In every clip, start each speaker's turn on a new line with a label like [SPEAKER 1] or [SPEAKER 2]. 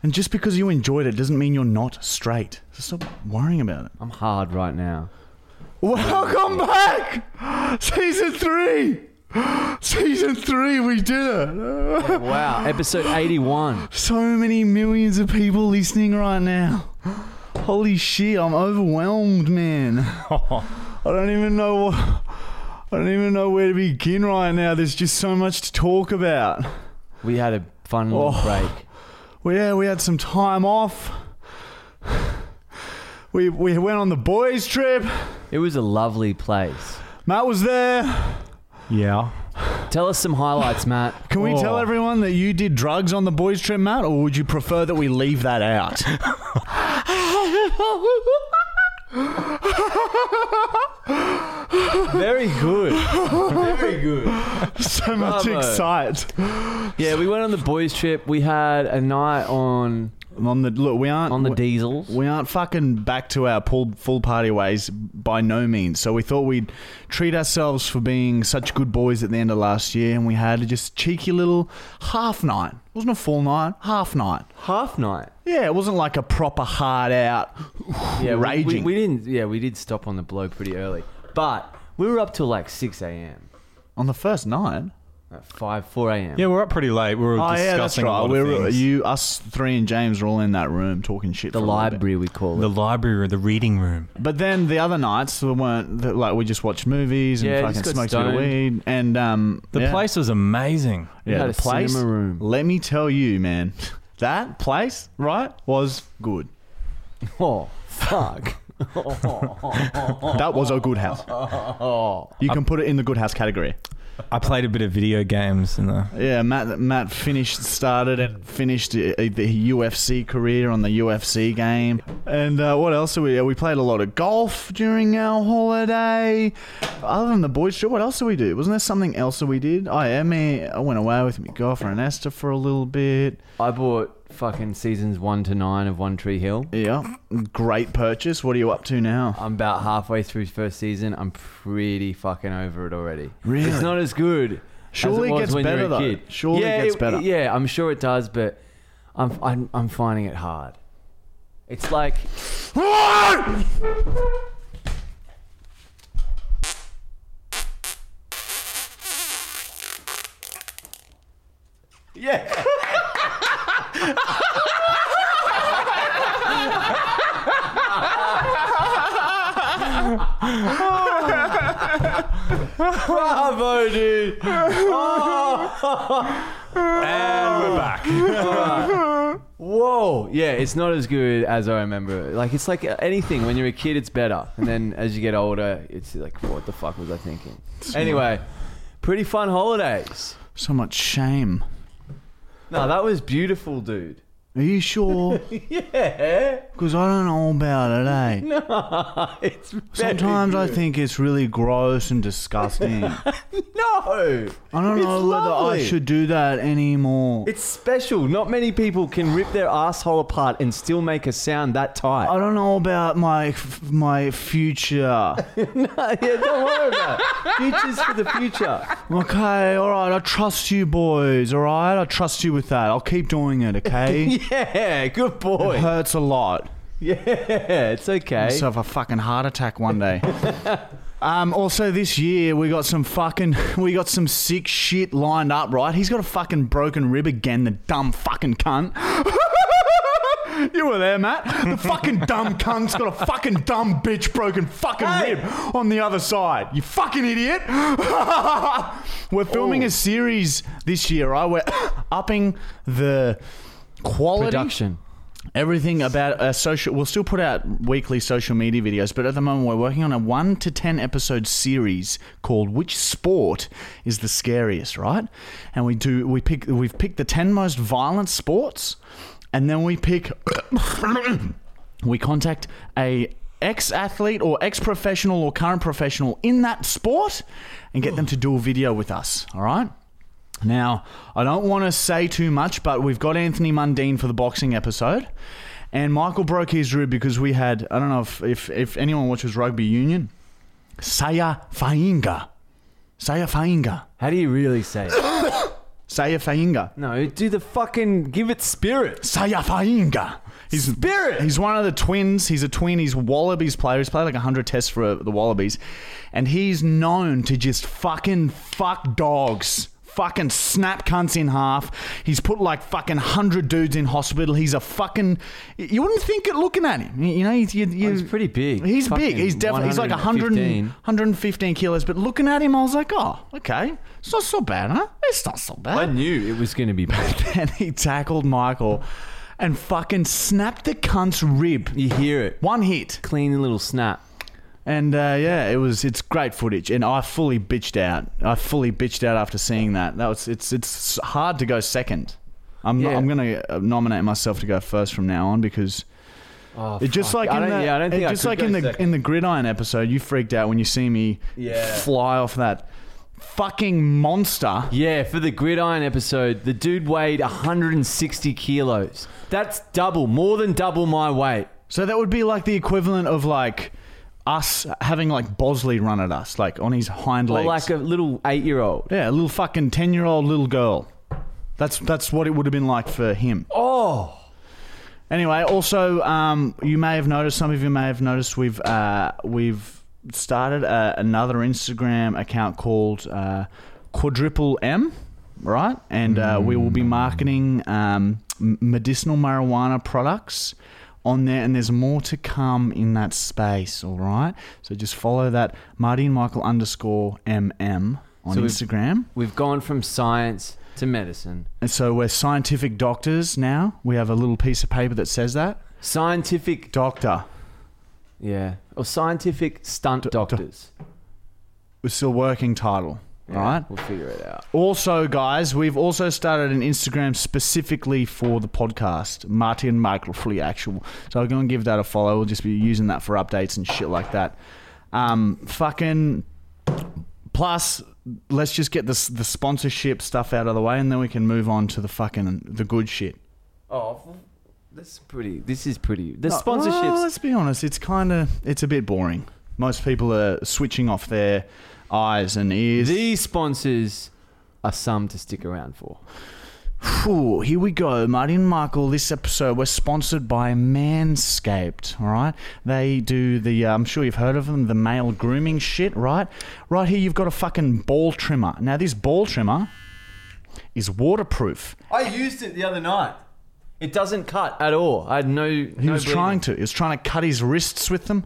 [SPEAKER 1] And just because you enjoyed it doesn't mean you're not straight. So stop worrying about it.
[SPEAKER 2] I'm hard right now.
[SPEAKER 1] Welcome back! Season three! Season three, we did it!
[SPEAKER 2] Wow, episode 81.
[SPEAKER 1] So many millions of people listening right now. Holy shit, I'm overwhelmed, man. I don't even know what. I don't even know where to begin right now. There's just so much to talk about.
[SPEAKER 2] We had a fun little
[SPEAKER 1] Oh.
[SPEAKER 2] break.
[SPEAKER 1] Well, yeah, we had some time off. We, we went on the boys' trip.
[SPEAKER 2] It was a lovely place.
[SPEAKER 1] Matt was there.
[SPEAKER 3] Yeah.
[SPEAKER 2] Tell us some highlights, Matt.
[SPEAKER 1] Can we tell
[SPEAKER 3] Oh.
[SPEAKER 1] everyone that you did drugs on the boys' trip, Matt, or would you prefer that we leave that out?
[SPEAKER 2] Very good. Very good.
[SPEAKER 1] so much
[SPEAKER 2] Bravo.
[SPEAKER 1] excite
[SPEAKER 2] Yeah, we went on the boys' trip. We had a night on
[SPEAKER 1] on the look. We aren't
[SPEAKER 2] on the
[SPEAKER 1] we-
[SPEAKER 2] diesels.
[SPEAKER 1] We aren't fucking back to our pool, full party ways by no means. So we thought we'd treat ourselves for being such good boys at the end of last year, and we had just a cheeky little half night. It wasn't a full night, half night.
[SPEAKER 2] Half night.
[SPEAKER 1] Yeah, it wasn't like a proper hard out.
[SPEAKER 2] Yeah, we-
[SPEAKER 1] raging.
[SPEAKER 2] We, we didn't. Yeah, we did stop on the blow pretty early, but we were up till like 6 a.m.
[SPEAKER 1] on the first night.
[SPEAKER 2] Like 5, 4 a.m.
[SPEAKER 3] Yeah, we're up pretty late. We were
[SPEAKER 1] Oh yeah, that's
[SPEAKER 3] discussing a
[SPEAKER 1] right.
[SPEAKER 3] lot
[SPEAKER 1] We
[SPEAKER 3] of
[SPEAKER 1] were,
[SPEAKER 3] things.
[SPEAKER 1] you, us three, and James were all in that room talking shit.
[SPEAKER 2] the
[SPEAKER 1] for a little bit.
[SPEAKER 2] library we call
[SPEAKER 3] the
[SPEAKER 2] it.
[SPEAKER 3] library or the reading room.
[SPEAKER 1] But then the other nights we weren't th- like we just watched movies and
[SPEAKER 2] Yeah,
[SPEAKER 1] fucking
[SPEAKER 2] just got
[SPEAKER 1] smoked a bit of
[SPEAKER 2] stoned.
[SPEAKER 1] weed and um
[SPEAKER 3] The
[SPEAKER 1] yeah.
[SPEAKER 3] place was amazing.
[SPEAKER 2] We
[SPEAKER 1] yeah
[SPEAKER 2] had
[SPEAKER 1] the
[SPEAKER 2] a
[SPEAKER 1] place
[SPEAKER 2] cinema room.
[SPEAKER 1] let me tell you man that place right was good
[SPEAKER 2] Oh fuck!
[SPEAKER 3] Oh.
[SPEAKER 2] Oh.
[SPEAKER 1] that was a good house you can put it in the good house category
[SPEAKER 3] I played a bit of video games uh, in the.
[SPEAKER 1] yeah Matt Matt finished started and finished uh, the UFC career on the UFC game and uh, what else did we we played a lot of golf during our holiday other than the boys trip, what else did we do? Wasn't there something else that we did? I am a- I went away with my girlfriend Esther for a little bit.
[SPEAKER 2] I bought fucking seasons one to nine of One Tree Hill.
[SPEAKER 1] Yeah, great purchase. What are you up to now?
[SPEAKER 2] I'm about halfway through first season. I'm pretty fucking over it already.
[SPEAKER 1] Really?
[SPEAKER 2] It's not as good.
[SPEAKER 1] Surely it
[SPEAKER 2] as it was
[SPEAKER 1] gets
[SPEAKER 2] when you were
[SPEAKER 1] better,
[SPEAKER 2] a
[SPEAKER 1] though.
[SPEAKER 2] kid.
[SPEAKER 1] Surely it
[SPEAKER 2] yeah,
[SPEAKER 1] gets better.
[SPEAKER 2] Yeah, I'm sure it does, but I'm I'm, I'm finding it hard. It's like yeah. Bravo, dude.
[SPEAKER 3] And we're back.
[SPEAKER 2] Whoa! Yeah, it's not as good as I remember. Like it's like anything. When you're a kid, it's better, and then as you get older, it's like, what the fuck was I thinking? Anyway, pretty fun holidays.
[SPEAKER 1] So much shame.
[SPEAKER 2] No, that was beautiful, dude.
[SPEAKER 1] Are you sure?
[SPEAKER 2] Yeah.
[SPEAKER 1] Because I don't know about it, eh?
[SPEAKER 2] it's very
[SPEAKER 1] Sometimes I
[SPEAKER 2] good.
[SPEAKER 1] think it's really gross and disgusting. I
[SPEAKER 2] no.
[SPEAKER 1] don't
[SPEAKER 2] It's
[SPEAKER 1] know whether I
[SPEAKER 2] lovely.
[SPEAKER 1] should do that anymore.
[SPEAKER 2] It's special. Not many people can rip their asshole apart and still make a sound that tight.
[SPEAKER 1] I don't know about my my future.
[SPEAKER 2] yeah, don't worry about it. Future's for the future.
[SPEAKER 1] okay, all right. I trust you, boys. All right, I trust you with that. I'll keep doing it. Okay.
[SPEAKER 2] Yeah, good
[SPEAKER 1] It
[SPEAKER 2] boy.
[SPEAKER 1] hurts a lot.
[SPEAKER 2] Yeah, it's okay.
[SPEAKER 1] So have a fucking heart attack one day. um, also, this year we got some fucking we got some sick shit lined up. Right, he's got a fucking broken rib again. The dumb fucking cunt. You were there, Matt. The fucking dumb cunt's got a fucking dumb bitch broken fucking
[SPEAKER 2] Hey.
[SPEAKER 1] rib on the other side. You fucking idiot. We're filming a series this year, right? We're upping the quality
[SPEAKER 2] Production.
[SPEAKER 1] everything about our social we'll still put out weekly social media videos but at the moment we're working on a 1 to 10 episode series called which sport is the scariest right and we do we pick we've picked the 10 most violent sports and then we pick. we contact a ex athlete or ex professional or current professional in that sport and get them to do a video with us. All right. Now, I don't want to say too much, but we've got Anthony Mundine for the boxing episode. And Michael broke his rib because we had, I don't know if, if, if anyone watches rugby union, Saya Fainga. Saya Fainga.
[SPEAKER 2] How do you really say it?
[SPEAKER 1] Saya Fainga.
[SPEAKER 2] No, do the fucking give it spirit.
[SPEAKER 1] Saya Fainga. He's
[SPEAKER 2] Spirit.
[SPEAKER 1] He's one of the twins. He's a twin. He's Wallabies player. He's played like 100 tests for uh, the Wallabies. And he's known to just fucking fuck dogs. Fucking snap cunts in half. He's put like fucking 100 dudes in hospital. He's a fucking. You wouldn't think it looking at him. You know, he's, you, you,
[SPEAKER 2] Oh, he's pretty big.
[SPEAKER 1] He's
[SPEAKER 2] Fucking
[SPEAKER 1] big. He's definitely. He's like 100,
[SPEAKER 2] 115.
[SPEAKER 1] 115 kilos. But looking at him, I was like, oh, okay. It's not so bad, huh? It's not so bad
[SPEAKER 2] I knew it was going to be bad.
[SPEAKER 1] and he tackled Michael and fucking snapped the cunt's rib.
[SPEAKER 2] You hear it.
[SPEAKER 1] One hit.
[SPEAKER 2] Clean little snap.
[SPEAKER 1] And uh, yeah, it was it's great footage, and I fully bitched out. I fully bitched out after seeing that. That was it's it's hard to go second. I'm
[SPEAKER 2] Yeah.
[SPEAKER 1] I'm gonna uh, nominate myself to go first from now on because
[SPEAKER 2] Oh,
[SPEAKER 1] it just
[SPEAKER 2] fuck.
[SPEAKER 1] like
[SPEAKER 2] I
[SPEAKER 1] in
[SPEAKER 2] don't-
[SPEAKER 1] the
[SPEAKER 2] yeah, I don't
[SPEAKER 1] it
[SPEAKER 2] think I
[SPEAKER 1] just
[SPEAKER 2] could
[SPEAKER 1] like
[SPEAKER 2] go
[SPEAKER 1] in the
[SPEAKER 2] second.
[SPEAKER 1] in the gridiron episode, you freaked out when you see me
[SPEAKER 2] Yeah.
[SPEAKER 1] fly off that fucking monster.
[SPEAKER 2] Yeah, for the gridiron episode, the dude weighed 160 kilos. That's double, more than double my weight.
[SPEAKER 1] So that would be like the equivalent of like us having like Bosley run at us, like on his hind
[SPEAKER 2] Or
[SPEAKER 1] legs.
[SPEAKER 2] like a little eight year old.
[SPEAKER 1] yeah, a little fucking ten year old little girl. That's that's what it would have been like for him.
[SPEAKER 2] Oh,
[SPEAKER 1] Anyway, also um, you may have noticed, some of you may have noticed we've uh, we've started a, another Instagram account called uh, Quadruple M, right? And uh, we will be
[SPEAKER 2] Mm.
[SPEAKER 1] marketing um, m- medicinal marijuana products on there, and there's more to come in that space. All right, so just follow that Marty and Michael underscore MM on
[SPEAKER 2] So we've-
[SPEAKER 1] Instagram.
[SPEAKER 2] we've gone from science to medicine.
[SPEAKER 1] And so we're scientific doctors now. We have a little piece of paper that says that
[SPEAKER 2] Scientific,
[SPEAKER 1] doctor.
[SPEAKER 2] yeah, or scientific stunt doctors.
[SPEAKER 1] We're still working title.
[SPEAKER 2] Yeah,
[SPEAKER 1] All right.
[SPEAKER 2] We'll figure it out.
[SPEAKER 1] Also, guys, we've also started an Instagram specifically for the podcast, Marty and Michael Fully Actual. So go and give that a follow. We'll just be using that for updates and shit like that. Um, fucking. Plus, let's just get this the sponsorship stuff out of the way, and then we can move on to the fucking the good shit.
[SPEAKER 2] Oh, well, that's pretty. This is pretty. The
[SPEAKER 1] No,
[SPEAKER 2] sponsorships.
[SPEAKER 1] well, let's be honest, it's kind of it's a bit boring. Most people are switching off their eyes and ears.
[SPEAKER 2] these sponsors are some to stick around for.
[SPEAKER 1] Phew, here we go, Marty and Michael. This episode we're sponsored by Manscaped. All right, they do the. Uh, I'm sure you've heard of them, the male grooming shit. Right, right here you've got a fucking ball trimmer. Now this ball trimmer is waterproof.
[SPEAKER 2] I used it the other night. It doesn't cut at all. I had no.
[SPEAKER 1] He was trying to. He was trying to cut his wrists with them.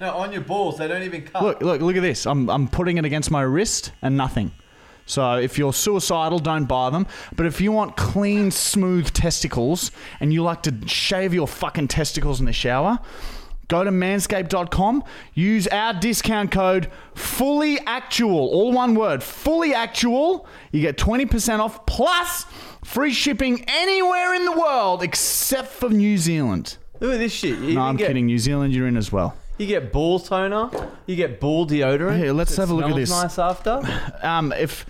[SPEAKER 2] No, on your balls, they don't even cut.
[SPEAKER 1] Look, look, look at this. I'm, I'm putting it against my wrist and nothing. So if you're suicidal, don't buy them. But if you want clean, smooth testicles and you like to shave your fucking testicles in the shower, go to manscaped.com. Use our discount code fully actual, all one word, fully actual. You get 20% off plus free shipping anywhere in the world except for New Zealand.
[SPEAKER 2] Look at this shit. You
[SPEAKER 1] No, I'm
[SPEAKER 2] get,
[SPEAKER 1] kidding. New Zealand, you're in as well.
[SPEAKER 2] You get ball toner. You get ball deodorant.
[SPEAKER 1] Here, let's
[SPEAKER 2] so it
[SPEAKER 1] have a look at
[SPEAKER 2] smells
[SPEAKER 1] this.
[SPEAKER 2] Nice after.
[SPEAKER 1] um, if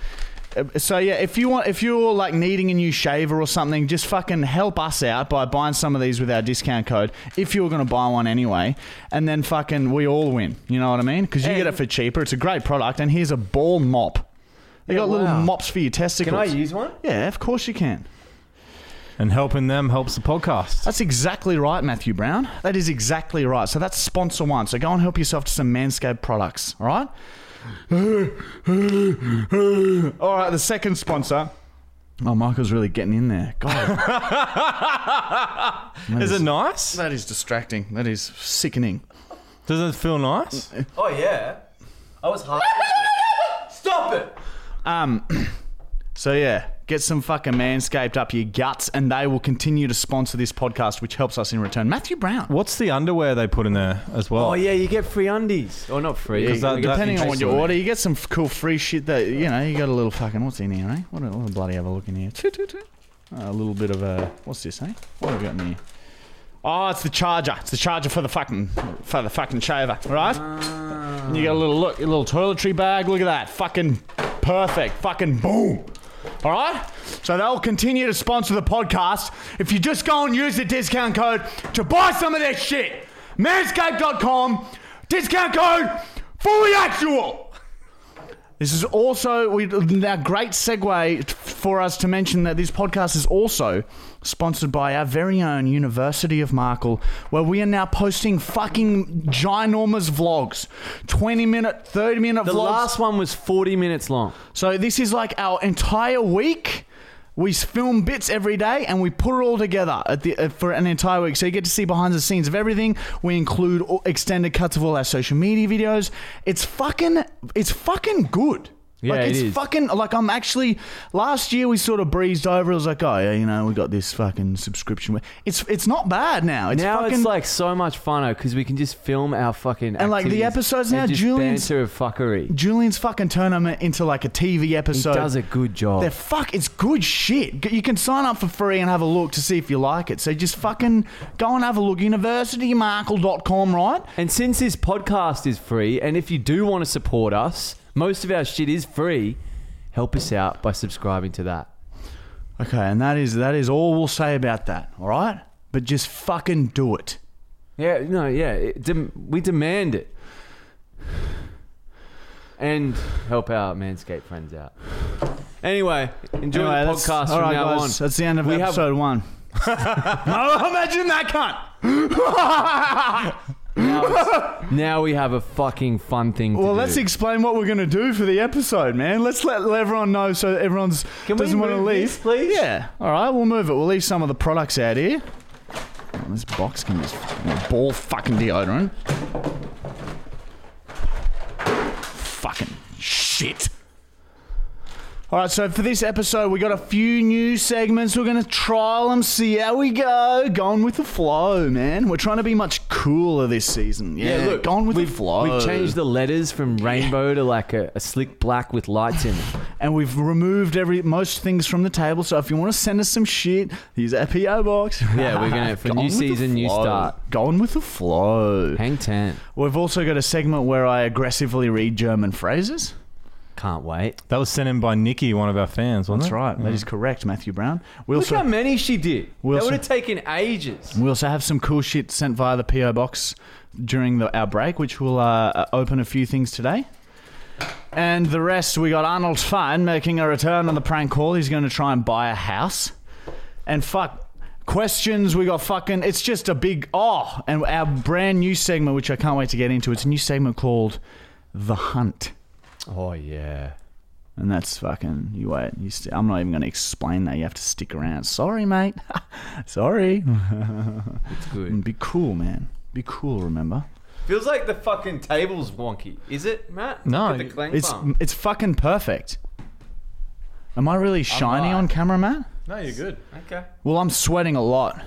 [SPEAKER 1] uh, so yeah if you want if you're like needing a new shaver or something just fucking help us out by buying some of these with our discount code if you're going to buy one anyway and then fucking we all win you know what i mean because you get it
[SPEAKER 2] And-
[SPEAKER 1] for cheaper it's a great product and here's a ball mop they got little
[SPEAKER 2] wow.
[SPEAKER 1] mops for your testicles
[SPEAKER 2] Can I use one?
[SPEAKER 1] yeah of course you can
[SPEAKER 3] And helping them helps the podcast.
[SPEAKER 1] that's exactly right, Matthew Brown. That is exactly right. So that's sponsor one. So go and help yourself to some Manscaped products, all right? all right, the second sponsor. Oh, Michael's really getting in there. God,
[SPEAKER 3] Is it nice?
[SPEAKER 1] that is distracting. That is sickening.
[SPEAKER 3] Does it feel nice?
[SPEAKER 2] Oh yeah. I was hard. Stop it.
[SPEAKER 1] Oh. So yeah, get some fucking Manscaped up your guts and they will continue to sponsor this podcast, which helps us in return. Matthew Brown.
[SPEAKER 3] What's the underwear they put in there as well?
[SPEAKER 2] Oh yeah, you get free undies. Or not free.
[SPEAKER 3] Yeah, that- that-
[SPEAKER 1] uh, Depending on what you
[SPEAKER 3] Interesting.
[SPEAKER 1] order, you get some f- cool free shit that, you know, you got a little fucking, what's in here, eh? What a, what a bloody have a look in here. Toot, toot, toot. A little bit of a what's this, eh? What have we got in here? Oh, it's the charger. It's the charger for the fucking for the fucking shaver, right? And you got a little look, a little toiletry bag. Look at that, fucking perfect, fucking boom. All right. So they'll continue to sponsor the podcast if you just go and use the discount code to buy some of their shit. Manscaped.com. Discount code fully actual. This is also we now great segue for us to mention that this podcast is also sponsored by our very own University of Markle, where we are now posting fucking ginormous vlogs, twenty minute, thirty minute
[SPEAKER 2] The
[SPEAKER 1] vlogs.
[SPEAKER 2] last one was 40 minutes long.
[SPEAKER 1] So this is like our entire week. We film bits every day and we put it all together at the, uh, for an entire week. So you get to see behind the scenes of everything. We include all, extended cuts of all our social media videos. It's fucking, it's fucking good.
[SPEAKER 2] Yeah,
[SPEAKER 1] like
[SPEAKER 2] it
[SPEAKER 1] it's
[SPEAKER 2] is.
[SPEAKER 1] fucking like I'm actually. Last year we sort of breezed over. It was like, oh yeah, you know, we got this fucking subscription. It's it's not bad now. It's
[SPEAKER 2] now
[SPEAKER 1] fucking
[SPEAKER 2] it's like so much fun because we can just film our fucking
[SPEAKER 1] And, like, the
[SPEAKER 2] activities
[SPEAKER 1] episodes
[SPEAKER 2] and
[SPEAKER 1] now,
[SPEAKER 2] just
[SPEAKER 1] Julian's-
[SPEAKER 2] banter of fuckery.
[SPEAKER 1] Julian's fucking tournament into like a TV
[SPEAKER 2] He
[SPEAKER 1] episode.
[SPEAKER 2] does a good job.
[SPEAKER 1] They're fuck. It's good shit. G- You can sign up for free and have a look to see if you like it. So just fucking go and have a look. Universitymarkle.com, right?
[SPEAKER 2] And since this podcast is free, and if you do want to support us, most of our shit is free. Help us out by subscribing to that.
[SPEAKER 1] Okay, and that is that is all we'll say about that. All right, but just fucking do it.
[SPEAKER 2] Yeah, no, yeah, it dem- we demand it. And help our Manscaped friends out. Anyway, enjoy
[SPEAKER 1] Anyway,
[SPEAKER 2] the
[SPEAKER 1] that's-
[SPEAKER 2] podcast
[SPEAKER 1] all
[SPEAKER 2] from
[SPEAKER 1] right,
[SPEAKER 2] now
[SPEAKER 1] guys,
[SPEAKER 2] on.
[SPEAKER 1] That's the end of
[SPEAKER 2] We have-
[SPEAKER 1] episode one. Oh, imagine that cunt.
[SPEAKER 2] Now, it's- now we have a fucking fun thing to
[SPEAKER 1] Well,
[SPEAKER 2] do.
[SPEAKER 1] let's explain what we're gonna do for the episode, man. Let's let everyone know so everyone's
[SPEAKER 2] Can we
[SPEAKER 1] doesn't want to
[SPEAKER 2] move
[SPEAKER 1] leave.
[SPEAKER 2] this, please?
[SPEAKER 1] Yeah. All right, we'll move it. We'll leave some of the products out here. Oh, this box can just ball fucking deodorant. Fucking shit. All right, so for this episode, we got a few new segments. We're going to trial them, see how we go. Going with the flow, man. We're trying to be much cooler this season. Yeah,
[SPEAKER 2] Yeah, look,
[SPEAKER 1] going with
[SPEAKER 2] we've,
[SPEAKER 1] the flow.
[SPEAKER 2] We've changed the letters from rainbow to like a, a slick black with lights in it.
[SPEAKER 1] and we've removed every most things from the table. So if you want to send us some shit, use our PO box.
[SPEAKER 2] Yeah, we're gonna- for new
[SPEAKER 1] Going with the
[SPEAKER 2] season, new
[SPEAKER 1] flow.
[SPEAKER 2] start.
[SPEAKER 1] Going with the flow.
[SPEAKER 2] Hang ten.
[SPEAKER 1] We've also got a segment where I aggressively read German phrases.
[SPEAKER 2] Can't wait.
[SPEAKER 3] That was sent in by Nikki, one of our fans, wasn't
[SPEAKER 1] That's
[SPEAKER 3] it?
[SPEAKER 1] right. That is correct, Matthew Brown. We
[SPEAKER 2] Mm-hmm. Look
[SPEAKER 1] also
[SPEAKER 2] how many she did.
[SPEAKER 1] We'll
[SPEAKER 2] that
[SPEAKER 1] see.
[SPEAKER 2] would have taken ages.
[SPEAKER 1] we also have some cool shit sent via the PO box during the, our break, which will uh, uh, open a few things today. And the rest, we got Arnold Fine making a return on the prank call. He's going to try and buy a house. And fuck, questions, we got fucking. It's just a big. Oh, and our brand new segment, which I can't wait to get into. It's a new segment called The Hunt.
[SPEAKER 2] Oh yeah.
[SPEAKER 1] And that's fucking. You wait. You st- I'm not even going to explain that. You have to stick around. Sorry, mate. Sorry. Mm,
[SPEAKER 2] It's good.
[SPEAKER 1] Be cool, man. Be cool, remember?
[SPEAKER 2] Feels like the fucking table's wonky. Is it, Matt?
[SPEAKER 3] No,
[SPEAKER 2] Look at the clang
[SPEAKER 1] It's
[SPEAKER 2] bump.
[SPEAKER 1] it's fucking perfect. Am I really shiny
[SPEAKER 2] not.
[SPEAKER 1] on camera, Matt?
[SPEAKER 3] No, you're good.
[SPEAKER 2] okay.
[SPEAKER 1] Well, I'm sweating a lot.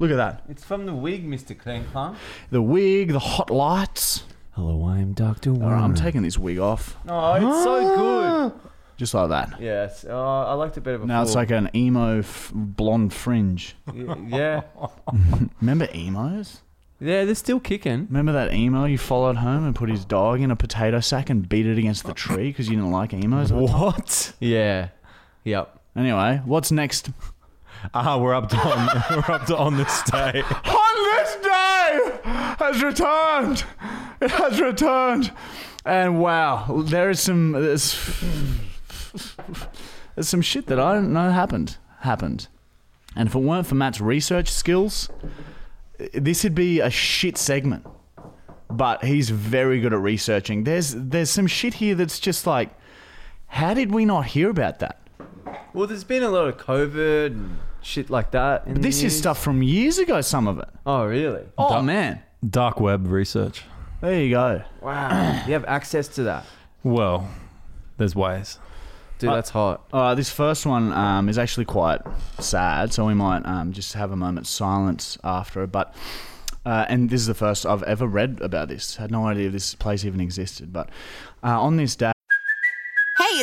[SPEAKER 1] Look at that.
[SPEAKER 2] It's from the wig, Mr. Clang Pump.
[SPEAKER 1] The wig, the hot lights.
[SPEAKER 2] Hello, I am Doctor
[SPEAKER 1] All right,
[SPEAKER 2] Warren.
[SPEAKER 1] I'm Ah! taking this wig off.
[SPEAKER 2] oh, it's so
[SPEAKER 1] Just like that.
[SPEAKER 2] good. Yes. Oh, I liked it better before.
[SPEAKER 1] Now it's like an emo f- blonde fringe.
[SPEAKER 2] Y- yeah,
[SPEAKER 1] Remember emos?
[SPEAKER 2] yeah, they're still kicking.
[SPEAKER 1] Remember that emo you followed home and put his dog in a potato sack and beat it against the tree because you didn't like emos?
[SPEAKER 3] What?
[SPEAKER 2] Yeah. Yep.
[SPEAKER 1] Anyway, what's next?
[SPEAKER 3] Ah, we're up to on, we're up to on this day.
[SPEAKER 1] on this day has returned. It has returned. And wow, there is some there's, there's some shit that I didn't know happened happened. And if it weren't for Matt's research skills, i- this would be a shit segment. But he's very good at researching. There's there's some shit here that's just like, how did we not hear about that?
[SPEAKER 2] Well, there's been a lot of COVID and shit like that. in the
[SPEAKER 1] This is
[SPEAKER 2] news.
[SPEAKER 1] stuff from years ago. Some of it.
[SPEAKER 2] Oh, really?
[SPEAKER 1] Oh
[SPEAKER 3] Duh.
[SPEAKER 1] man,
[SPEAKER 3] Dark web research.
[SPEAKER 1] there you go.
[SPEAKER 2] Wow. you have access to that,
[SPEAKER 3] Well, there's ways.
[SPEAKER 2] dude. that's hot.
[SPEAKER 1] All right, Uh, this first one um, is actually quite sad, so we might um, just have a moment's silence after. it, But uh, and this is the first I've ever read about this. Had no idea this place even existed. But uh, on this day.
[SPEAKER 4] Hey,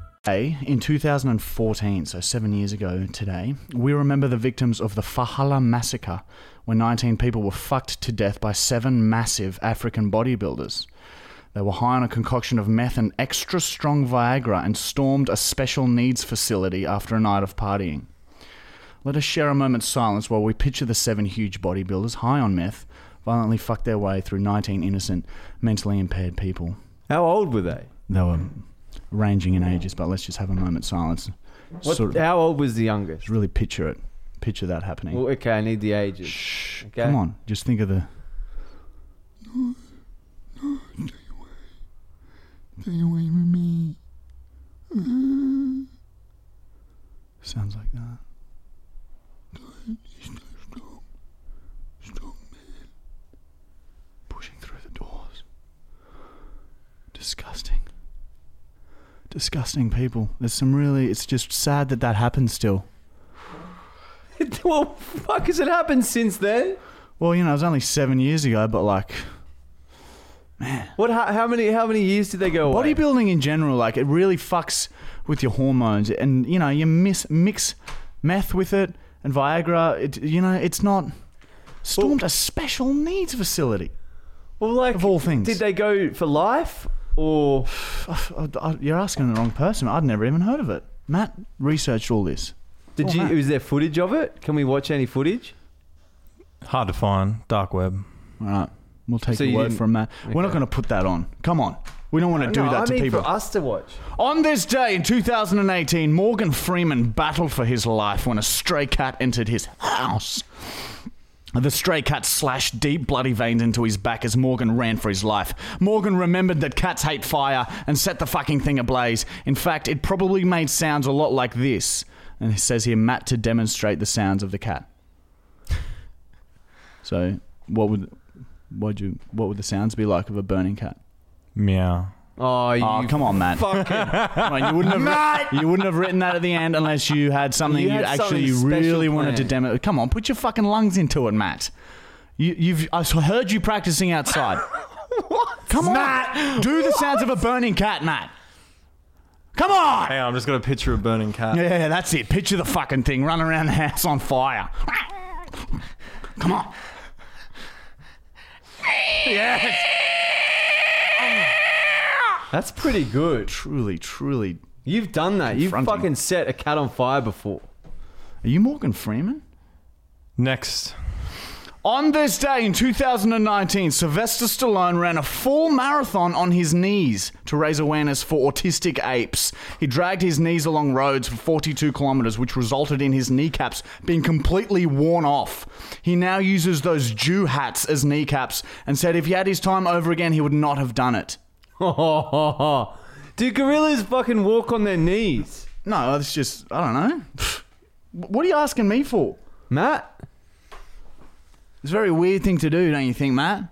[SPEAKER 1] Today, in 2014, so seven years ago today, we remember the victims of the Fahala massacre, when 19 people were fucked to death by seven massive African bodybuilders. They were high on a concoction of meth and extra strong Viagra and stormed a special needs facility after a night of partying. Let us share a moment's silence while we picture the seven huge bodybuilders high on meth violently fuck their way through 19 innocent, mentally impaired people.
[SPEAKER 2] How old were they?
[SPEAKER 1] They were ranging in ages, but let's just have a moment's silence.
[SPEAKER 2] What,
[SPEAKER 1] Sort of
[SPEAKER 2] how old was the youngest?
[SPEAKER 1] really picture it. Picture that happening.
[SPEAKER 2] Well, okay, I need the ages.
[SPEAKER 1] Shh.
[SPEAKER 2] okay.
[SPEAKER 1] Come on. Just think of the. Sounds like that. Pushing through the doors. Disgusting. Disgusting people. There's some really. It's just sad that that happens still.
[SPEAKER 2] well, fuck, has it happened since then?
[SPEAKER 1] Well, you know, it was only seven years ago, but like.
[SPEAKER 2] What? How, how many? How many years did they go away?
[SPEAKER 1] Bodybuilding in general, like it really fucks with your hormones, and you know you miss, mix meth with it and Viagra. It, you know it's not stormed a special needs facility.
[SPEAKER 2] Well, like
[SPEAKER 1] Of all things.
[SPEAKER 2] did they go for life or?
[SPEAKER 1] I- I- you're asking the wrong person. I'd never even heard of it. Matt researched all this.
[SPEAKER 2] Did
[SPEAKER 1] Well,
[SPEAKER 2] you?
[SPEAKER 1] that-
[SPEAKER 2] Was there footage of it? Can we watch any footage?
[SPEAKER 3] Hard to find. Dark web.
[SPEAKER 1] All right, we'll take
[SPEAKER 2] So
[SPEAKER 1] your
[SPEAKER 2] you
[SPEAKER 1] word
[SPEAKER 2] didn't-
[SPEAKER 1] from Matt. We're not
[SPEAKER 2] okay.
[SPEAKER 1] going to put that on. Come on, we don't want to do
[SPEAKER 2] No,
[SPEAKER 1] that
[SPEAKER 2] I
[SPEAKER 1] to
[SPEAKER 2] mean
[SPEAKER 1] people.
[SPEAKER 2] for us to watch.
[SPEAKER 1] On this day in 2018, Morgan Freeman battled for his life when a stray cat entered his house. The stray cat slashed deep bloody veins into his back as Morgan ran for his life. Morgan remembered that cats hate fire and set the fucking thing ablaze. In fact, it probably made sounds a lot like this. And it says here Matt to demonstrate the sounds of the cat. So, what would what you what would the sounds be like of a burning cat?
[SPEAKER 3] Meow.
[SPEAKER 2] Oh, you
[SPEAKER 1] Oh, come on, Matt.
[SPEAKER 2] fucking
[SPEAKER 1] Come on, you wouldn't have you wouldn't have written that at the end unless you had something you,
[SPEAKER 2] You had
[SPEAKER 1] actually
[SPEAKER 2] something
[SPEAKER 1] really
[SPEAKER 2] special
[SPEAKER 1] wanted to demo. Come on, put your fucking lungs into it, Matt. You, you've I s- heard you practicing outside. Come on, Matt. Do the sounds of a burning cat, Matt. Come on.
[SPEAKER 3] Hang on, I'm just gonna picture a burning cat.
[SPEAKER 1] Yeah, yeah, that's it. Picture the fucking thing running around the house on fire. Come on. Yes.
[SPEAKER 2] That's pretty good.
[SPEAKER 1] Truly, truly.
[SPEAKER 2] You've done that. You've
[SPEAKER 1] Confronting.
[SPEAKER 2] fucking set a cat on fire before.
[SPEAKER 1] Are you Morgan Freeman?
[SPEAKER 3] Next.
[SPEAKER 1] On this day in 2019, Sylvester Stallone ran a full marathon on his knees to raise awareness for autistic apes. He dragged his knees along roads for 42 kilometers, which resulted in his kneecaps being completely worn off. He now uses those Jew hats as kneecaps and said if he had his time over again, he would not have done it.
[SPEAKER 2] Do gorillas fucking walk on their knees?
[SPEAKER 1] No, it's just, I don't know. What are you asking me for?
[SPEAKER 2] Matt,
[SPEAKER 1] It's a very weird thing to do, don't you think, Matt?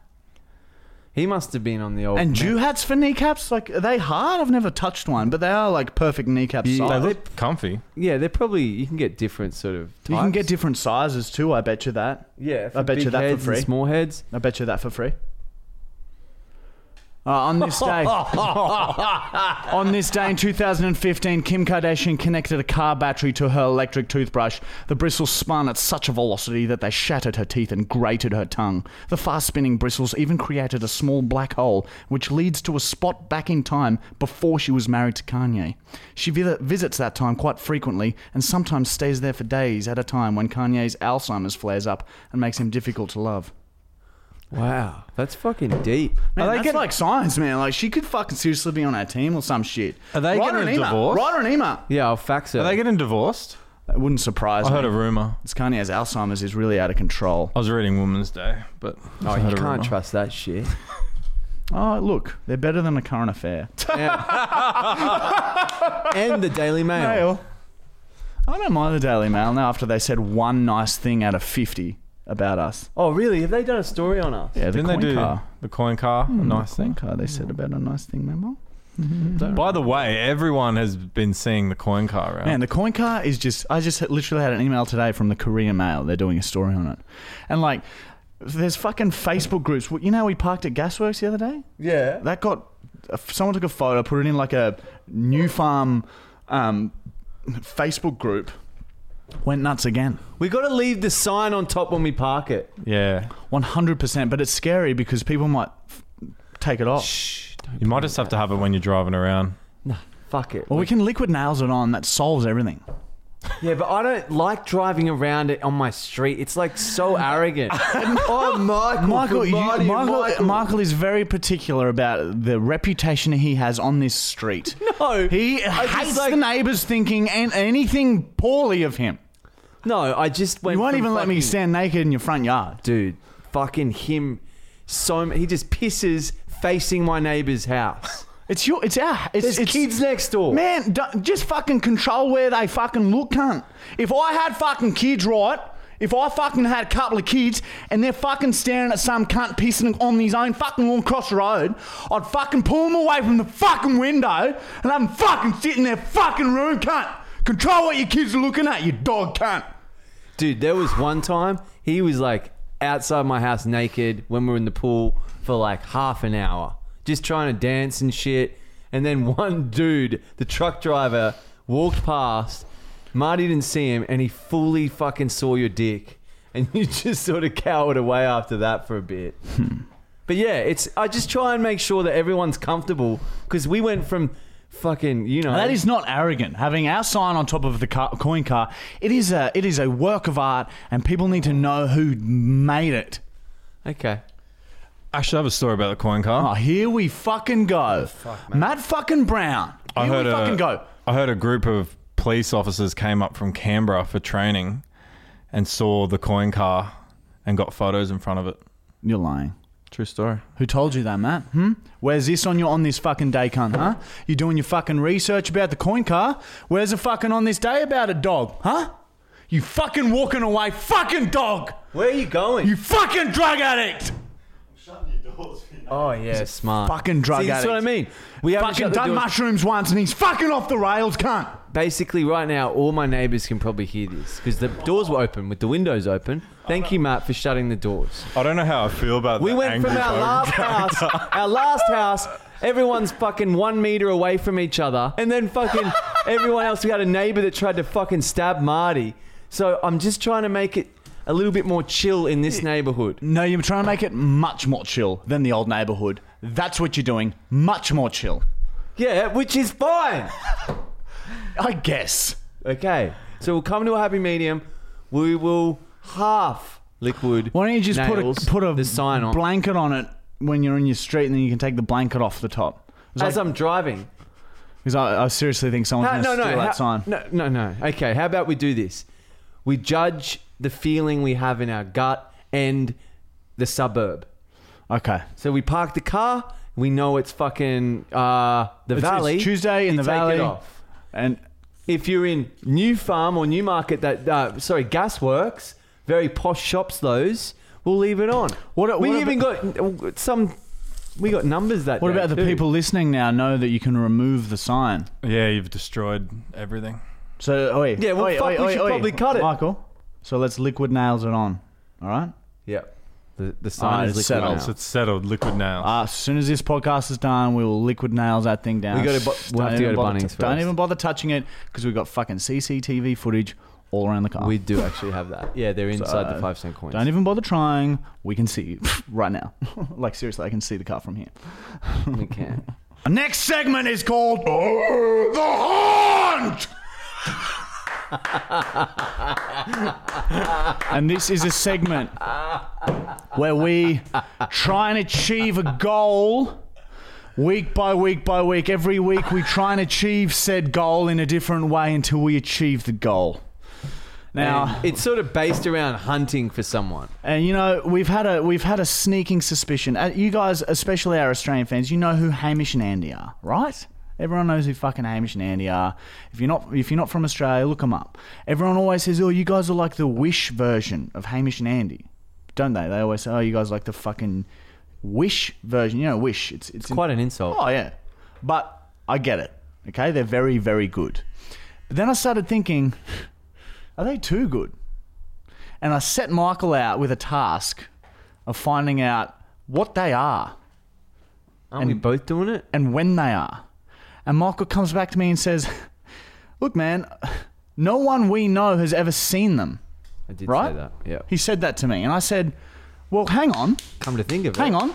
[SPEAKER 2] he must have been on the old.
[SPEAKER 1] And Jew hats for kneecaps? Like, are they hard? I've never touched one, but they are like perfect kneecap
[SPEAKER 3] They
[SPEAKER 1] size.
[SPEAKER 3] look comfy.
[SPEAKER 2] yeah, they're probably. You can get different sort of. Types.
[SPEAKER 1] You can get different sizes too. I bet you that.
[SPEAKER 2] Yeah, for
[SPEAKER 1] I bet you
[SPEAKER 2] big
[SPEAKER 1] that
[SPEAKER 2] heads
[SPEAKER 1] for
[SPEAKER 2] and
[SPEAKER 1] free.
[SPEAKER 2] Small heads.
[SPEAKER 1] I bet you that for free. Uh, on this day, on this day in 2015, Kim Kardashian connected a car battery to her electric toothbrush. The bristles spun at such a velocity that they shattered her teeth and grated her tongue. The fast-spinning bristles even created a small black hole, which leads to a spot back in time before she was married to Kanye. She vi- visits that time quite frequently and sometimes stays there for days at a time when Kanye's Alzheimer's flares up and makes him difficult to love.
[SPEAKER 2] Wow, that's fucking deep.
[SPEAKER 1] Man,
[SPEAKER 3] Are they
[SPEAKER 1] that's
[SPEAKER 3] getting-
[SPEAKER 1] like science, man. Like she could fucking seriously be on our team or some shit.
[SPEAKER 3] Are they
[SPEAKER 1] Write her
[SPEAKER 3] getting
[SPEAKER 1] an
[SPEAKER 3] a
[SPEAKER 1] email.
[SPEAKER 3] divorce?
[SPEAKER 1] Write her an email.
[SPEAKER 2] Yeah, I'll fax it.
[SPEAKER 3] Are they getting divorced?
[SPEAKER 1] It wouldn't surprise
[SPEAKER 3] I
[SPEAKER 1] me.
[SPEAKER 3] heard a rumor.
[SPEAKER 1] It's Kanye's Alzheimer's is really out of control.
[SPEAKER 3] I was reading Woman's Day, but
[SPEAKER 2] Oh,
[SPEAKER 3] I
[SPEAKER 2] you
[SPEAKER 3] heard a
[SPEAKER 2] can't
[SPEAKER 3] rumor.
[SPEAKER 2] trust that shit.
[SPEAKER 1] Oh, look, they're better than a current affair.
[SPEAKER 2] and the Daily Mail.
[SPEAKER 1] I don't mind the Daily Mail now after they said one nice thing out of 50 about us.
[SPEAKER 2] Oh, really? Have they done a story on us?
[SPEAKER 1] Yeah, the
[SPEAKER 3] Didn't
[SPEAKER 1] coin
[SPEAKER 3] they do
[SPEAKER 1] car.
[SPEAKER 3] the coin car?
[SPEAKER 2] Hmm,
[SPEAKER 3] A nice
[SPEAKER 1] Coin
[SPEAKER 3] thing.
[SPEAKER 1] car they said about a nice thing, remember?
[SPEAKER 3] Oh. By the way, everyone has been seeing the coin car around.
[SPEAKER 1] Man, the coin car is just. I just had- literally had an email today from the Korea Mail. They're doing a story on it. And like, there's fucking Facebook groups. You know, how we parked at Gasworks the other day?
[SPEAKER 2] Yeah.
[SPEAKER 1] That got. Someone took a photo, put it in like a New Farm um, Facebook group, went nuts again.
[SPEAKER 2] We got to leave the sign on top when we park it.
[SPEAKER 3] yeah.
[SPEAKER 1] 100%. But it's scary because people might f- take it off.
[SPEAKER 2] Shh.
[SPEAKER 3] You might just have to have it when you're driving around.
[SPEAKER 2] Fuck it.
[SPEAKER 1] Well, we can liquid nails it on. That solves everything.
[SPEAKER 2] Yeah, but I don't like driving around it on my street. It's like so arrogant. oh, Michael,
[SPEAKER 1] Michael, you,
[SPEAKER 2] Michael,
[SPEAKER 1] Michael, Michael. uh, is very particular about the reputation he has on this street.
[SPEAKER 2] No,
[SPEAKER 1] he
[SPEAKER 2] I just
[SPEAKER 1] hates
[SPEAKER 2] like-
[SPEAKER 1] the neighbours thinking an anything poorly of him.
[SPEAKER 2] No, I just went.
[SPEAKER 1] You won't
[SPEAKER 2] from
[SPEAKER 1] even let me
[SPEAKER 2] fucking-
[SPEAKER 1] stand naked in your front yard.
[SPEAKER 2] dude. Fucking him. So m- he just pisses facing my neighbor's house.
[SPEAKER 1] It's your, it's our, it's,
[SPEAKER 2] There's
[SPEAKER 1] it's
[SPEAKER 2] kids next door.
[SPEAKER 1] Man, don't, just fucking control where they fucking look, cunt. If I had fucking kids, right? If I fucking had a couple of kids and they're fucking staring at some cunt pissing on his own fucking lawn across the road, I'd fucking pull them away from the fucking window and have them fucking sit in their fucking room, cunt. Control what your kids are looking at, you dog cunt.
[SPEAKER 2] Dude, there was one time he was like outside my house naked when we were in the pool for like half an hour, just trying to dance and shit. And then one dude, the truck driver, walked past. Marty didn't see him, and he fully fucking saw your dick, and you just sort of cowered away after that for a bit. But yeah, it's I just try and make sure that everyone's comfortable because we went from fucking you know
[SPEAKER 1] That is not arrogant. Having our sign on top of the car, coin car, it is a it is a work of art, and people need to know who made it.
[SPEAKER 2] okay.
[SPEAKER 3] I should have a story about the coin
[SPEAKER 1] Oh,
[SPEAKER 3] car.
[SPEAKER 1] here we fucking go. Matt fucking Brown. Here
[SPEAKER 3] I heard uh,
[SPEAKER 1] we
[SPEAKER 3] a,
[SPEAKER 1] fucking go.
[SPEAKER 3] I heard a group of police officers came up from Canberra for training and saw the coin car and got photos in front of it.
[SPEAKER 1] You're lying.
[SPEAKER 3] True story.
[SPEAKER 1] Who told you that, Matt? Hmm? Where's this on your on this fucking day, cunt, huh? You doing your fucking research about the coin car? Where's the fucking on this day about a dog, huh? You fucking walking away, fucking dog!
[SPEAKER 2] Where are you going?
[SPEAKER 1] You fucking drug addict!
[SPEAKER 2] Oh yeah, smart.
[SPEAKER 1] Fucking drug
[SPEAKER 2] See, That's what I
[SPEAKER 1] addict.
[SPEAKER 2] mean. We haven't
[SPEAKER 1] fucking
[SPEAKER 2] shut the
[SPEAKER 1] done
[SPEAKER 2] doors-
[SPEAKER 1] mushrooms once and he's fucking off the rails, cunt!
[SPEAKER 2] Basically, right now, all my neighbors can probably hear this because the doors were open with the windows open. Thank you, Matt, for shutting the doors.
[SPEAKER 3] I don't know how I feel about
[SPEAKER 2] We
[SPEAKER 3] that
[SPEAKER 2] went
[SPEAKER 3] angry
[SPEAKER 2] from our
[SPEAKER 3] bloke.
[SPEAKER 2] last house, our last house. Everyone's fucking one meter away from each other, and then fucking everyone else. We had a neighbor that tried to fucking stab Marty. So I'm just trying to make it a little bit more chill in this neighborhood.
[SPEAKER 1] No, you're trying to make it much more chill than the old neighborhood. That's what you're doing. Much more chill.
[SPEAKER 2] Yeah, which is fine.
[SPEAKER 1] I guess.
[SPEAKER 2] Okay, so we'll come to a happy medium. We will half liquid.
[SPEAKER 1] Why don't you just
[SPEAKER 2] nails
[SPEAKER 1] put a put a
[SPEAKER 2] the sign on
[SPEAKER 1] blanket on it when you're in your street, and then you can take the blanket off the top.
[SPEAKER 2] as I'm driving?
[SPEAKER 1] Because I, I seriously think someone's
[SPEAKER 2] Ha-
[SPEAKER 1] going to
[SPEAKER 2] no, no,
[SPEAKER 1] steal that
[SPEAKER 2] ha-
[SPEAKER 1] sign.
[SPEAKER 2] no, no, no. Okay, how about we do this? We judge the feeling we have in our gut and the suburb.
[SPEAKER 1] Okay,
[SPEAKER 2] So we park the car. We know it's fucking uh, the
[SPEAKER 1] It's- it's
[SPEAKER 2] valley.
[SPEAKER 1] Tuesday in
[SPEAKER 2] You
[SPEAKER 1] the
[SPEAKER 2] take it
[SPEAKER 1] valley.
[SPEAKER 2] off.
[SPEAKER 1] and
[SPEAKER 2] If you're in New Farm or New Market, that uh, sorry, Gasworks, very posh shops. Those we'll leave it on.
[SPEAKER 1] What-
[SPEAKER 2] we
[SPEAKER 1] what
[SPEAKER 2] even got some. We got numbers that.
[SPEAKER 1] what
[SPEAKER 2] day,
[SPEAKER 1] about the
[SPEAKER 2] too.
[SPEAKER 1] people listening now? Know that you can remove the sign.
[SPEAKER 3] Yeah, you've destroyed everything.
[SPEAKER 1] So, oi,
[SPEAKER 2] Yeah, well,
[SPEAKER 1] oi,
[SPEAKER 2] fuck,
[SPEAKER 1] oi,
[SPEAKER 2] we
[SPEAKER 1] oi,
[SPEAKER 2] should
[SPEAKER 1] oi,
[SPEAKER 2] probably cut it.
[SPEAKER 1] Michael. So let's liquid nails it on. All right.
[SPEAKER 2] Yeah, the, the sign
[SPEAKER 1] Alright,
[SPEAKER 2] is
[SPEAKER 1] Ah, it's
[SPEAKER 2] liquid
[SPEAKER 1] settled.
[SPEAKER 2] now.
[SPEAKER 3] So it's settled. Liquid nails.
[SPEAKER 1] Uh, as soon as this podcast is done, we will liquid nails that thing down.
[SPEAKER 2] We gotta bu-
[SPEAKER 1] Don't
[SPEAKER 2] we'll have to go
[SPEAKER 1] even
[SPEAKER 2] to
[SPEAKER 1] bother
[SPEAKER 2] Bunnings
[SPEAKER 1] Don't
[SPEAKER 2] first.
[SPEAKER 1] even bother touching it because we've got fucking CCTV footage all around the car.
[SPEAKER 2] We do actually have that. Yeah, they're inside the five cent coins.
[SPEAKER 1] uh, Don't even bother trying. We can see you right now. like seriously, I can see the car from here.
[SPEAKER 2] we can.
[SPEAKER 1] Our next segment is called Oh, The Haunt. and this is a segment where we try and achieve a goal week by week by week. Every week we try and achieve said goal in a different way until we achieve the goal. Now,
[SPEAKER 2] And it's sort of based around hunting for someone.
[SPEAKER 1] And you know we've had a we've had a sneaking suspicion. Uh, you guys, especially our Australian fans, you know who Hamish and Andy are, right? Everyone knows who fucking Hamish and Andy are. If you're not if you're not from Australia, look them up. Everyone always says, "Oh, you guys are like the Wish version of Hamish and Andy," don't they? They always say, "Oh, you guys are like the fucking Wish version." You know, Wish. It's it's,
[SPEAKER 2] Quite an insult.
[SPEAKER 1] Oh yeah, but I get it. Okay, they're very very good. But then I started thinking, are they too good? And I set Michael out with a task of finding out what they are
[SPEAKER 2] Aren't we both doing it?
[SPEAKER 1] and when they are. And Michael comes back to me and says, Look, man, no one we know has ever seen them.
[SPEAKER 2] I did
[SPEAKER 1] Right?
[SPEAKER 2] say that. Yeah.
[SPEAKER 1] He said that to me. And I said, Well, hang on,
[SPEAKER 2] Come to think of it.
[SPEAKER 1] hang on.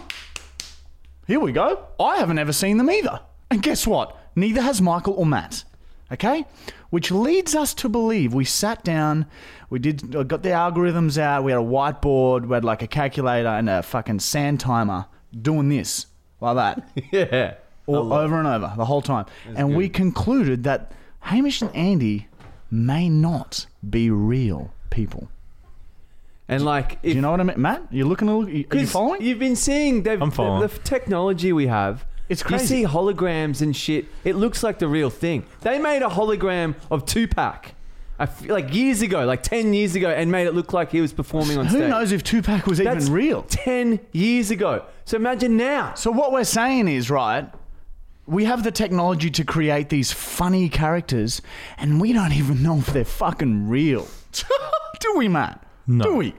[SPEAKER 1] Here we go. I haven't ever seen them either. And guess what? Neither has Michael or Matt. Okay? Which leads us to believe we sat down, we did uh, got the algorithms out, we had a whiteboard, we had like a calculator and a fucking sand timer doing this like that.
[SPEAKER 2] Yeah.
[SPEAKER 1] all, over and over the whole time. and we concluded that Hamish and Andy may not be real people.
[SPEAKER 2] And like, if
[SPEAKER 1] Do you know what I mean, Matt? You looking? Are you are you
[SPEAKER 2] 'Cause
[SPEAKER 1] following?
[SPEAKER 2] You've been seeing they've,
[SPEAKER 3] I'm
[SPEAKER 2] the-
[SPEAKER 3] following.
[SPEAKER 2] The, technology we have.
[SPEAKER 1] It's
[SPEAKER 2] You
[SPEAKER 1] crazy.
[SPEAKER 2] see holograms and shit. It looks like the real thing. They made a hologram of Tupac, I f- like years ago, like ten years ago, and made it look like he was performing on stage.
[SPEAKER 1] Who knows if Tupac was
[SPEAKER 2] That's
[SPEAKER 1] even real?
[SPEAKER 2] Ten years ago. So imagine now.
[SPEAKER 1] So what we're saying is right. We have the technology to create these funny characters, and we don't even know if they're fucking real. Do we, Matt?
[SPEAKER 3] No.
[SPEAKER 1] Do we?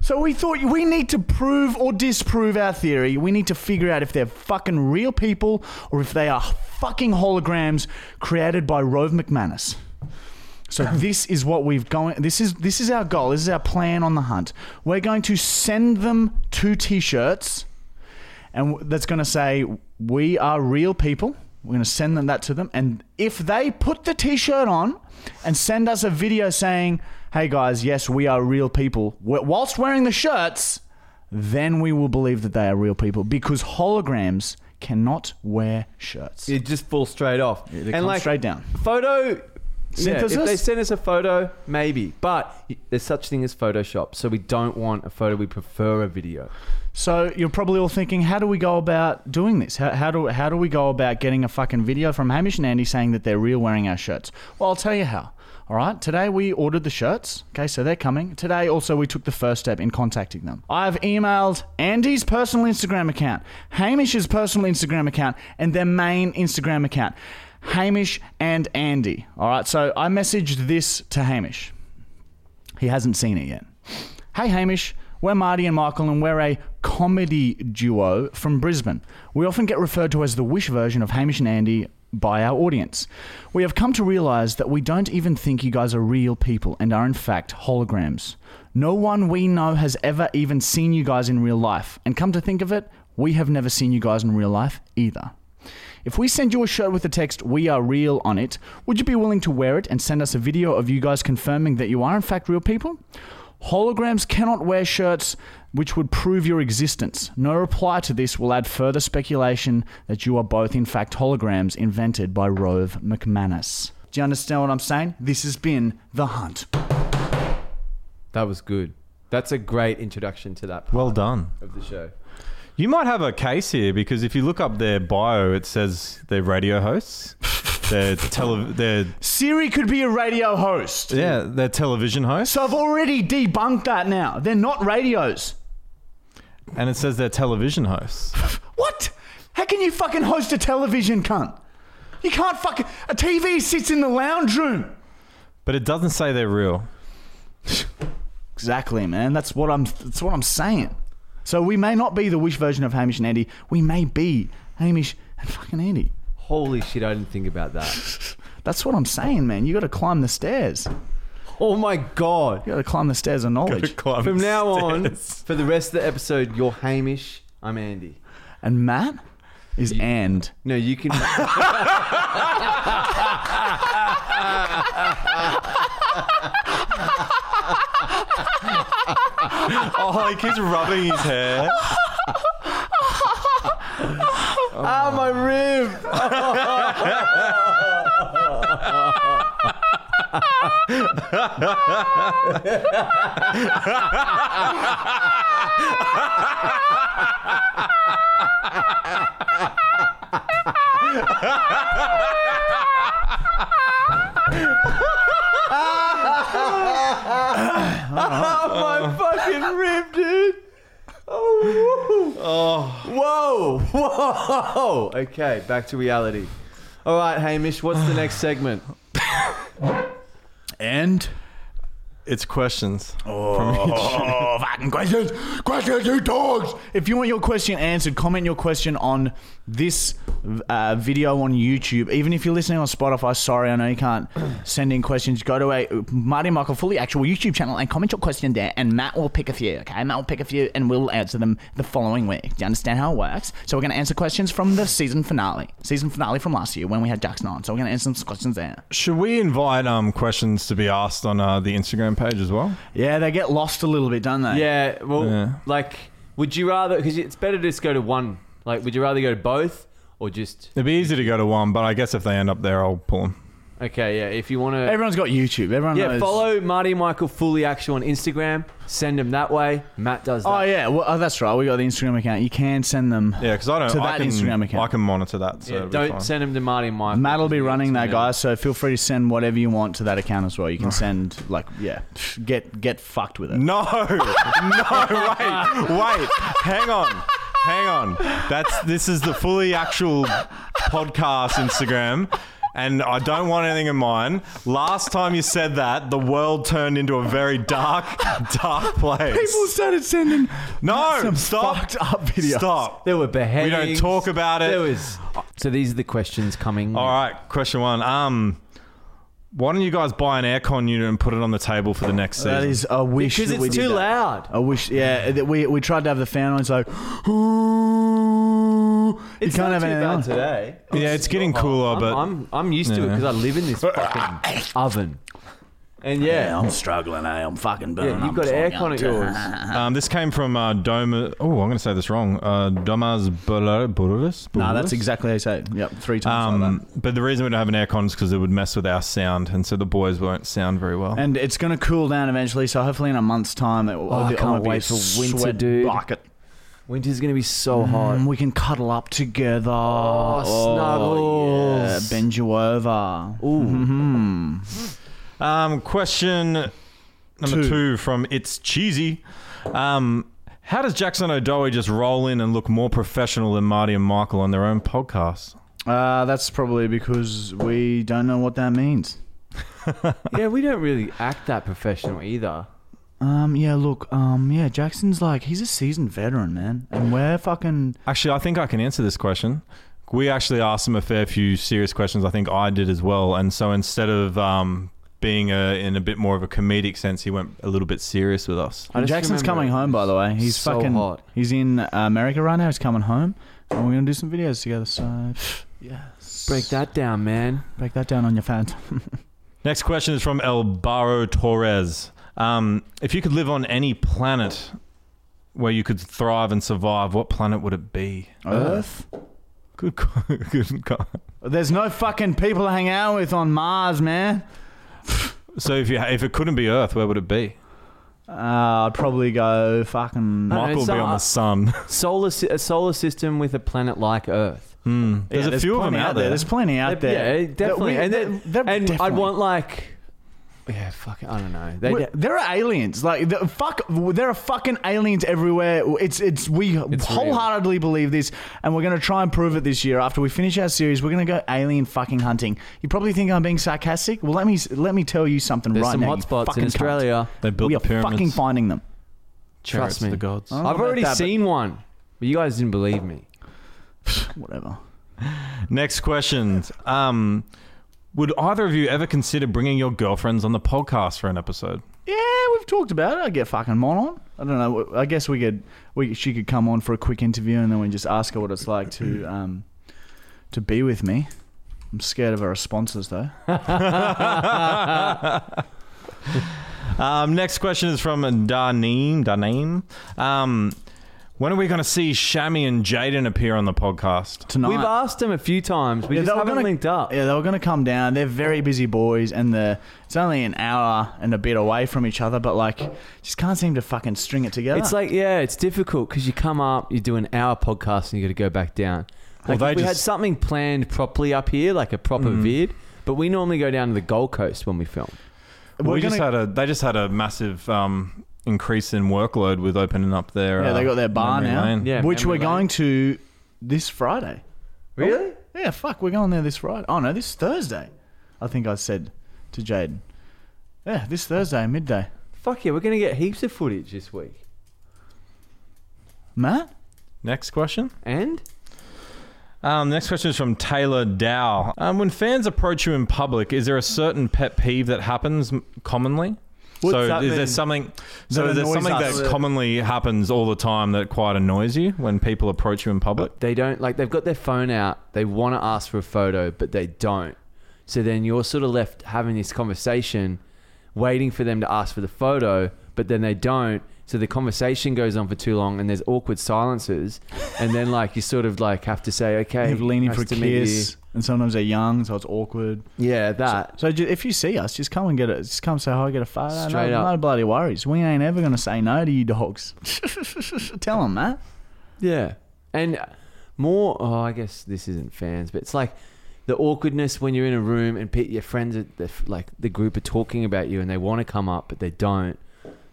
[SPEAKER 1] So we thought we need to prove or disprove our theory. We need to figure out if they're fucking real people or if they are fucking holograms created by Rove McManus. So this is what we've going. This is this is our goal. This is our plan on the hunt. We're going to send them two t-shirts, and w- that's going to say we are real people. We're going to send them that to them, and if they put the t-shirt on and send us a video saying, "Hey guys, yes, we are real people," wh- whilst wearing the shirts, then we will believe that they are real people because holograms cannot wear shirts.
[SPEAKER 2] It just falls straight off.
[SPEAKER 1] they
[SPEAKER 2] and
[SPEAKER 1] come
[SPEAKER 2] like
[SPEAKER 1] straight down.
[SPEAKER 2] Photo. Yeah, if
[SPEAKER 1] Synthesis?
[SPEAKER 2] they send us a photo, maybe. But there's such thing as Photoshop, so we don't want a photo. We prefer a video.
[SPEAKER 1] So you're probably all thinking, how do we go about doing this? How, how do how do we go about getting a fucking video from Hamish and Andy saying that they're real wearing our shirts? Well, I'll tell you how. All right, today we ordered the shirts. Okay, so they're coming. Today also we took the first step in contacting them. I've emailed Andy's personal Instagram account, Hamish's personal Instagram account, and their main Instagram account, Hamish and Andy. All right, so I messaged this to Hamish. He hasn't seen it yet. Hey Hamish, we're Marty and Michael, and we're a comedy duo from Brisbane. We often get referred to as the Wish version of Hamish and Andy by our audience. We have come to realise that we don't even think you guys are real people and are in fact holograms. No one we know has ever even seen you guys in real life, and come to think of it, we have never seen you guys in real life either. If we send you a shirt with the text, We Are Real on it, would you be willing to wear it and send us a video of you guys confirming that you are in fact real people? Holograms cannot wear shirts which would prove your existence. No reply to this will add further speculation that you are both in fact holograms invented by Rove McManus. Do you understand what I'm saying? This has been The Hunt.
[SPEAKER 2] That was good. That's a great introduction to that part
[SPEAKER 3] Well done.
[SPEAKER 2] of the show.
[SPEAKER 3] You might have a case here because if you look up their bio, it says they're radio hosts. They're tele- they're
[SPEAKER 1] Siri could be a radio host.
[SPEAKER 3] yeah, they're television hosts.
[SPEAKER 1] So I've already debunked that now. They're not radios.
[SPEAKER 3] And it says they're television hosts.
[SPEAKER 1] What? How can you fucking host a television, cunt? You can't fucking. A TV sits in the lounge room.
[SPEAKER 3] But it doesn't say they're real.
[SPEAKER 1] Exactly, man. That's what I'm. That's what I'm saying. So we may not be the wish version of Hamish and Andy. We may be Hamish and fucking Andy.
[SPEAKER 2] Holy shit, I didn't think about that.
[SPEAKER 1] That's what I'm saying, man. You got to climb the stairs.
[SPEAKER 2] Oh my god.
[SPEAKER 1] You got to climb the stairs of knowledge.
[SPEAKER 2] From now on, for the rest of the episode, you're Hamish, I'm Andy.
[SPEAKER 1] And Matt is and.
[SPEAKER 2] No, you can. Oh
[SPEAKER 3] oh, he keeps rubbing his hair.
[SPEAKER 2] ah, my rib! Oh, Whoa! Whoa! Okay, back to reality. All right, Hamish, what's the next segment?
[SPEAKER 1] And
[SPEAKER 3] It's questions.
[SPEAKER 1] oh, fucking questions, questions, you dogs! If you want your question answered, comment your question on this uh, video on YouTube. Even if you're listening on Spotify, sorry, I know you can't send in questions. Go to a Marty Michael Fully actual YouTube channel and comment your question there, and Matt will pick a few. Okay, Matt will pick a few, and we'll answer them the following week. Do you understand how it works? So we're gonna answer questions from the season finale, season finale from last year when we had Jackson on. So we're gonna answer some questions there.
[SPEAKER 3] Should we invite um, questions to be asked on uh, the Instagram page as well?
[SPEAKER 1] Yeah, they get lost a little bit, don't they?
[SPEAKER 2] Yeah, well,
[SPEAKER 3] Yeah.
[SPEAKER 2] like, would you rather? Because it's better to just go to one. Like, would you rather go to both or just?
[SPEAKER 3] It'd be easy to go to one, but I guess if they end up there, I'll pull them.
[SPEAKER 2] Okay, yeah. If you want to,
[SPEAKER 1] Everyone's got YouTube. Everyone
[SPEAKER 2] yeah,
[SPEAKER 1] knows.
[SPEAKER 2] follow Marty Michael Fully Actual on Instagram. Send him that way. Matt does that.
[SPEAKER 1] Oh yeah, well, oh, that's right. We got the Instagram account. You can send them.
[SPEAKER 3] Yeah, because I don't.
[SPEAKER 1] To
[SPEAKER 3] I
[SPEAKER 1] that
[SPEAKER 3] can,
[SPEAKER 1] Instagram account.
[SPEAKER 3] I can monitor that. So
[SPEAKER 2] Yeah,
[SPEAKER 3] it'll be
[SPEAKER 2] don't
[SPEAKER 3] fine.
[SPEAKER 2] send him to Marty Michael.
[SPEAKER 1] Matt will be running that,
[SPEAKER 2] Yeah.
[SPEAKER 1] guys. So feel free to send whatever you want to that account as well. You can send like yeah, get get fucked with it.
[SPEAKER 3] No, no, wait, wait, hang on, hang on. That's this is the fully actual podcast Instagram, and I don't want anything in mine. Last time you said that, the world turned into a very dark, dark place.
[SPEAKER 1] started sending
[SPEAKER 3] no,
[SPEAKER 1] some
[SPEAKER 3] stop,
[SPEAKER 1] fucked up videos.
[SPEAKER 3] stop.
[SPEAKER 2] There were beheadings.
[SPEAKER 3] talk about it.
[SPEAKER 2] There was. So these are the questions coming.
[SPEAKER 3] All right, question one. Um, why don't you guys buy an aircon unit and put it on the table for the next season?
[SPEAKER 1] That is a wish
[SPEAKER 2] Because
[SPEAKER 1] that we
[SPEAKER 2] it's
[SPEAKER 1] did
[SPEAKER 2] too
[SPEAKER 1] that.
[SPEAKER 2] loud.
[SPEAKER 1] I wish yeah. that We we tried to have the fan on. It's like you
[SPEAKER 2] It's
[SPEAKER 1] can't have
[SPEAKER 2] not too
[SPEAKER 1] anything
[SPEAKER 2] bad
[SPEAKER 1] on.
[SPEAKER 2] today.
[SPEAKER 3] yeah, it's getting cooler,
[SPEAKER 2] I'm,
[SPEAKER 3] but
[SPEAKER 2] I'm I'm used to it
[SPEAKER 3] Yeah.
[SPEAKER 2] because I live in this fucking oven. And yeah,
[SPEAKER 1] Yeah, I'm struggling. Eh? I'm fucking burning.
[SPEAKER 2] yeah you've
[SPEAKER 1] I'm
[SPEAKER 2] got
[SPEAKER 1] fucking-
[SPEAKER 2] aircon at yours.
[SPEAKER 3] Um, this came from uh, Doma. Oh, I'm going to say this wrong. Uh, Domas Borodis.
[SPEAKER 1] Nah, that's exactly how you say. It. Yep, three times. like that.
[SPEAKER 3] Um, but the reason we don't have an aircon is because it would mess with our sound, and so the boys won't sound very well.
[SPEAKER 1] And it's going to cool down eventually, so hopefully in a month's time, it will,
[SPEAKER 2] Oh, I
[SPEAKER 1] it
[SPEAKER 2] can't
[SPEAKER 1] won't be
[SPEAKER 2] wait
[SPEAKER 1] a
[SPEAKER 2] for winter,
[SPEAKER 1] sweat
[SPEAKER 2] dude.
[SPEAKER 1] Bucket.
[SPEAKER 2] Winter's gonna be so hot.
[SPEAKER 1] And we can cuddle up together.
[SPEAKER 2] Oh, snuggles.
[SPEAKER 1] Yeah, bend you over.
[SPEAKER 3] Um, question number two. from It's Cheesy. Um, how does Jackson O'Dowie just roll in and look more professional than Marty and Michael on their own podcasts?
[SPEAKER 1] Uh, that's probably because we don't know what that means.
[SPEAKER 2] Yeah, we don't really act that professional either.
[SPEAKER 1] Um, yeah, look, um, yeah, Jackson's like, he's a seasoned veteran, man. And we're fucking.
[SPEAKER 3] Actually, I think I can answer this question. We actually asked him a fair few serious questions. I think I did as well. And so instead of um, being a, in a bit more of a comedic sense, he went a little bit serious with us.
[SPEAKER 2] I just
[SPEAKER 1] Jackson's
[SPEAKER 2] remember
[SPEAKER 1] coming
[SPEAKER 2] it
[SPEAKER 1] home, by the way. He's
[SPEAKER 2] so
[SPEAKER 1] fucking.
[SPEAKER 2] hot.
[SPEAKER 1] He's in America right now. He's coming home. And we're going to do some videos together, so. Yeah.
[SPEAKER 2] Break that down, man.
[SPEAKER 1] Break that down on your fans.
[SPEAKER 3] Next question is from El Barro Torres. Um, if you could live on any planet where you could thrive and survive, what planet would it be?
[SPEAKER 2] Oh,
[SPEAKER 1] Earth?
[SPEAKER 3] Good, co- good. co-
[SPEAKER 1] There's no fucking people to hang out with on Mars, man.
[SPEAKER 3] So if you if it couldn't be Earth, where would it be?
[SPEAKER 1] Uh, I'd probably go fucking.
[SPEAKER 2] Uh,
[SPEAKER 3] Michael would
[SPEAKER 2] it's
[SPEAKER 3] be
[SPEAKER 2] not-
[SPEAKER 3] on the sun.
[SPEAKER 2] Solar, sy- a solar system with a planet like Earth.
[SPEAKER 3] There's
[SPEAKER 1] Yeah,
[SPEAKER 3] a few of them
[SPEAKER 1] plenty
[SPEAKER 3] out there.
[SPEAKER 1] There's plenty out there.
[SPEAKER 2] Yeah, definitely.
[SPEAKER 1] That we-
[SPEAKER 2] and then,
[SPEAKER 1] that- that
[SPEAKER 2] and I'd
[SPEAKER 1] definitely-
[SPEAKER 2] want like, yeah, fuck, it, I don't know. They,
[SPEAKER 1] We- There are aliens, like the, fuck. There are fucking aliens everywhere. It's it's we wholeheartedly believe this, and we're gonna try and prove it this year. After we finish our series, we're gonna go alien fucking hunting. You probably think I'm being sarcastic. Well, let me let me tell you something
[SPEAKER 2] there's
[SPEAKER 1] right
[SPEAKER 2] some
[SPEAKER 1] now. you
[SPEAKER 2] hotspots
[SPEAKER 1] fucking
[SPEAKER 2] in
[SPEAKER 1] cunt.
[SPEAKER 2] Australia.
[SPEAKER 3] they built
[SPEAKER 1] We are
[SPEAKER 3] the pyramids.
[SPEAKER 1] fucking finding them.
[SPEAKER 3] Chariots
[SPEAKER 2] Trust me.
[SPEAKER 3] of The gods.
[SPEAKER 1] I don't know
[SPEAKER 2] I've
[SPEAKER 1] about
[SPEAKER 2] already
[SPEAKER 1] that, but
[SPEAKER 2] seen one, but you guys didn't believe me.
[SPEAKER 1] whatever.
[SPEAKER 3] Next question. Um, would either of you ever consider bringing your girlfriends on the podcast for an episode?
[SPEAKER 1] Yeah, we've talked about it. I get fucking Mon on. I don't know. I guess we could. We she could come on for a quick interview, and then we just ask her what it's like to um to be with me. I'm scared of her responses though.
[SPEAKER 3] Um, next question is from Darneem. Darneem. Um, when are we going to see Shami and Jaden appear on the podcast?
[SPEAKER 1] Tonight.
[SPEAKER 2] We've asked them a few times. We
[SPEAKER 1] Yeah,
[SPEAKER 2] just haven't
[SPEAKER 1] gonna,
[SPEAKER 2] linked up.
[SPEAKER 1] Yeah, they were going to come down. They're very busy boys, and the it's only an hour and a bit away from each other, but like, just can't seem to fucking string it together.
[SPEAKER 2] It's like, yeah, it's difficult because you come up, you do an hour podcast, and you got to go back down.
[SPEAKER 3] Well,
[SPEAKER 2] Like,
[SPEAKER 3] they
[SPEAKER 2] if we had
[SPEAKER 3] just-
[SPEAKER 2] something planned properly up here, like a proper vid, but we normally go down to the Gold Coast when we film.
[SPEAKER 1] We're
[SPEAKER 3] we just
[SPEAKER 1] gonna-
[SPEAKER 3] had a. They just had a massive um, increase in workload with opening up their
[SPEAKER 1] Yeah,
[SPEAKER 3] uh,
[SPEAKER 1] they got their bar
[SPEAKER 3] memory
[SPEAKER 1] now,
[SPEAKER 3] lane.
[SPEAKER 2] Yeah.
[SPEAKER 1] which we're
[SPEAKER 2] memory lane.
[SPEAKER 1] going to this Friday.
[SPEAKER 2] Really?
[SPEAKER 1] Yeah, fuck, we're going there this Friday. Oh no, this Thursday. I think I said to Jaden. Yeah, this Thursday midday.
[SPEAKER 2] Fuck yeah, we're gonna get heaps of footage this week.
[SPEAKER 1] Matt,
[SPEAKER 3] Next question.
[SPEAKER 2] And
[SPEAKER 3] Um, next question is from Taylor Dow. Um, when fans approach you in public, is there a certain pet peeve that happens m- commonly?
[SPEAKER 1] What's
[SPEAKER 3] so
[SPEAKER 1] that
[SPEAKER 3] is there
[SPEAKER 1] mean?
[SPEAKER 3] something? So
[SPEAKER 1] That
[SPEAKER 3] is there
[SPEAKER 1] annoys
[SPEAKER 3] something
[SPEAKER 1] us.
[SPEAKER 3] that commonly happens all the time that quite annoys you when people approach you in public?
[SPEAKER 2] they don't like they've got their phone out. They want to ask for a photo, but they don't. So then you're sort of left having this conversation, waiting for them to ask for the photo, but then they don't. So the conversation goes on for too long, and there's awkward silences, and then like you sort of like have to say, okay,
[SPEAKER 1] they're leaning
[SPEAKER 2] nice
[SPEAKER 1] for a
[SPEAKER 2] to meet
[SPEAKER 1] kiss, and sometimes they're young, so it's awkward.
[SPEAKER 2] you. Yeah, that.
[SPEAKER 1] So ju- if you see us, just come and get it. Just come say hi, get a photo.
[SPEAKER 2] Straight
[SPEAKER 1] no,
[SPEAKER 2] up.
[SPEAKER 1] no bloody worries. We ain't ever gonna say no to you dogs. Tell them, Matt.
[SPEAKER 2] Yeah, and uh, more. Oh, I guess this isn't fans, but it's like the awkwardness when you're in a room and pe- your friends, are, the, like the group, are talking about you and they want to come up but they don't.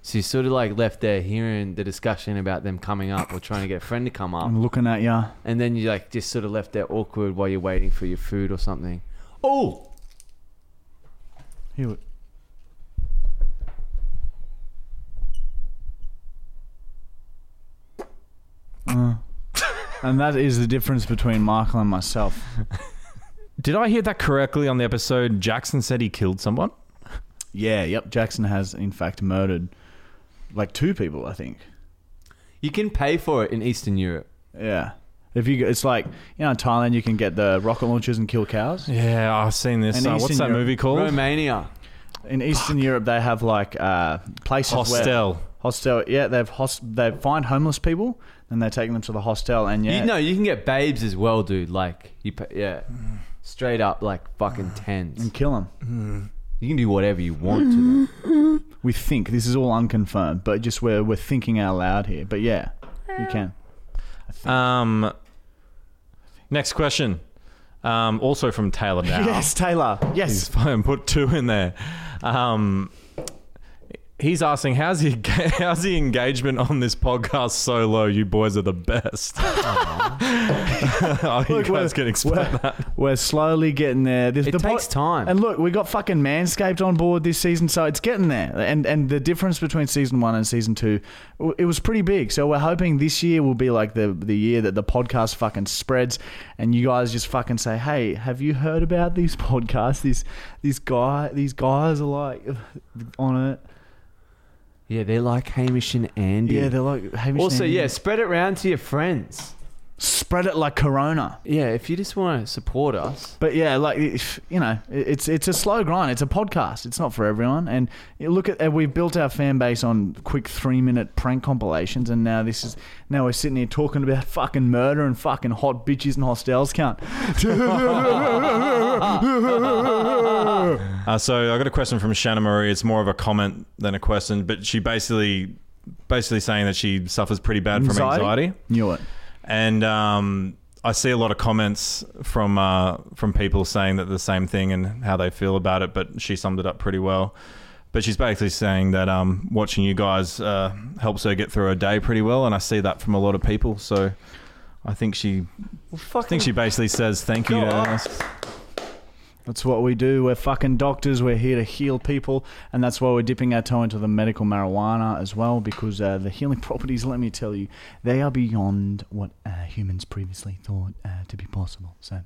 [SPEAKER 2] So you're sort of like left there hearing the discussion about them coming up or trying to get a friend to come up,
[SPEAKER 1] I'm looking at ya.
[SPEAKER 2] and then you're like just sort of left there awkward while you're waiting for your food or something.
[SPEAKER 1] Uh,
[SPEAKER 2] Oh,
[SPEAKER 1] Here we- Uh, and that is the difference between Michael and myself.
[SPEAKER 3] Did I hear that correctly on the episode? Jackson said he killed someone.
[SPEAKER 1] Yeah, yep. Jackson has, in fact, murdered like two people, I think.
[SPEAKER 2] you can pay for it in Eastern Europe.
[SPEAKER 1] Yeah. If you, go- it's like you know, in Thailand, you can get the rocket launchers and kill cows.
[SPEAKER 3] Yeah, I've seen this.
[SPEAKER 1] And
[SPEAKER 3] Uh,
[SPEAKER 1] he's
[SPEAKER 3] what's
[SPEAKER 1] in
[SPEAKER 3] that
[SPEAKER 1] Europe.
[SPEAKER 3] movie called?
[SPEAKER 2] Romania.
[SPEAKER 1] In Eastern Europe, they have like uh, places
[SPEAKER 3] Hostel.
[SPEAKER 1] Where, hostel. Yeah, they've host. They find homeless people, and they take them to the hostel. And yeah,
[SPEAKER 2] You know, you can get babes as well, dude. Like you, pa- yeah, straight up like fucking tens.
[SPEAKER 1] Mm. and kill them.
[SPEAKER 2] You can do whatever you want to them.
[SPEAKER 1] we think this is all unconfirmed, but just we're we're thinking out loud here. But yeah, you can.
[SPEAKER 3] Um, next question. Um, also from Taylor Dow.
[SPEAKER 1] Yes, Taylor.
[SPEAKER 3] He's
[SPEAKER 1] Yes.
[SPEAKER 3] fine. Put two in there. Um, he's asking, how's the how's the engagement on this podcast so low? You boys are the best. oh, you
[SPEAKER 1] Look,
[SPEAKER 3] guys
[SPEAKER 1] we're-
[SPEAKER 3] can explain
[SPEAKER 1] we're-
[SPEAKER 3] that.
[SPEAKER 1] We're slowly getting there. This,
[SPEAKER 2] It takes time.
[SPEAKER 1] And look, we got fucking Manscaped on board this season, so it's getting there. And and the difference between season one and season two, w- it was pretty big. So we're hoping this year will be like the the year that the podcast fucking spreads, and you guys just fucking say, hey, have you heard about this podcast? This this guy, these guys are like on it.
[SPEAKER 2] Yeah, they're like Hamish and Andy.
[SPEAKER 1] Yeah, they're like. Hamish
[SPEAKER 2] also
[SPEAKER 1] and Andy.
[SPEAKER 2] yeah, spread it around to your friends.
[SPEAKER 1] spread it like corona.
[SPEAKER 2] Yeah, if you just want to support us,
[SPEAKER 1] But yeah, like if, you know, it's it's a slow grind. It's a podcast. It's not for everyone. And you look at and we've built our fan base on quick three minute prank compilations, and now this is now we're sitting here talking about fucking murder and fucking hot bitches and hostels count.
[SPEAKER 3] Uh, so I got a question from Shanna Marie. It's more of a comment than a question, but she basically basically saying that she suffers pretty bad from anxiety.
[SPEAKER 1] Knew it.
[SPEAKER 3] and um, I see a lot of comments from uh, from people saying that the same thing and how they feel about it. But she summed it up pretty well. But she's basically saying that um, watching you guys uh, helps her get through her day pretty well, and I see that from a lot of people. So I think she, I think she basically says thank you to us.
[SPEAKER 1] That's what we do. We're fucking doctors. We're here to heal people, and that's why we're dipping our toe into the medical marijuana as well, because uh, the healing properties, let me tell you, they are beyond what uh, humans previously thought uh, to be possible. So,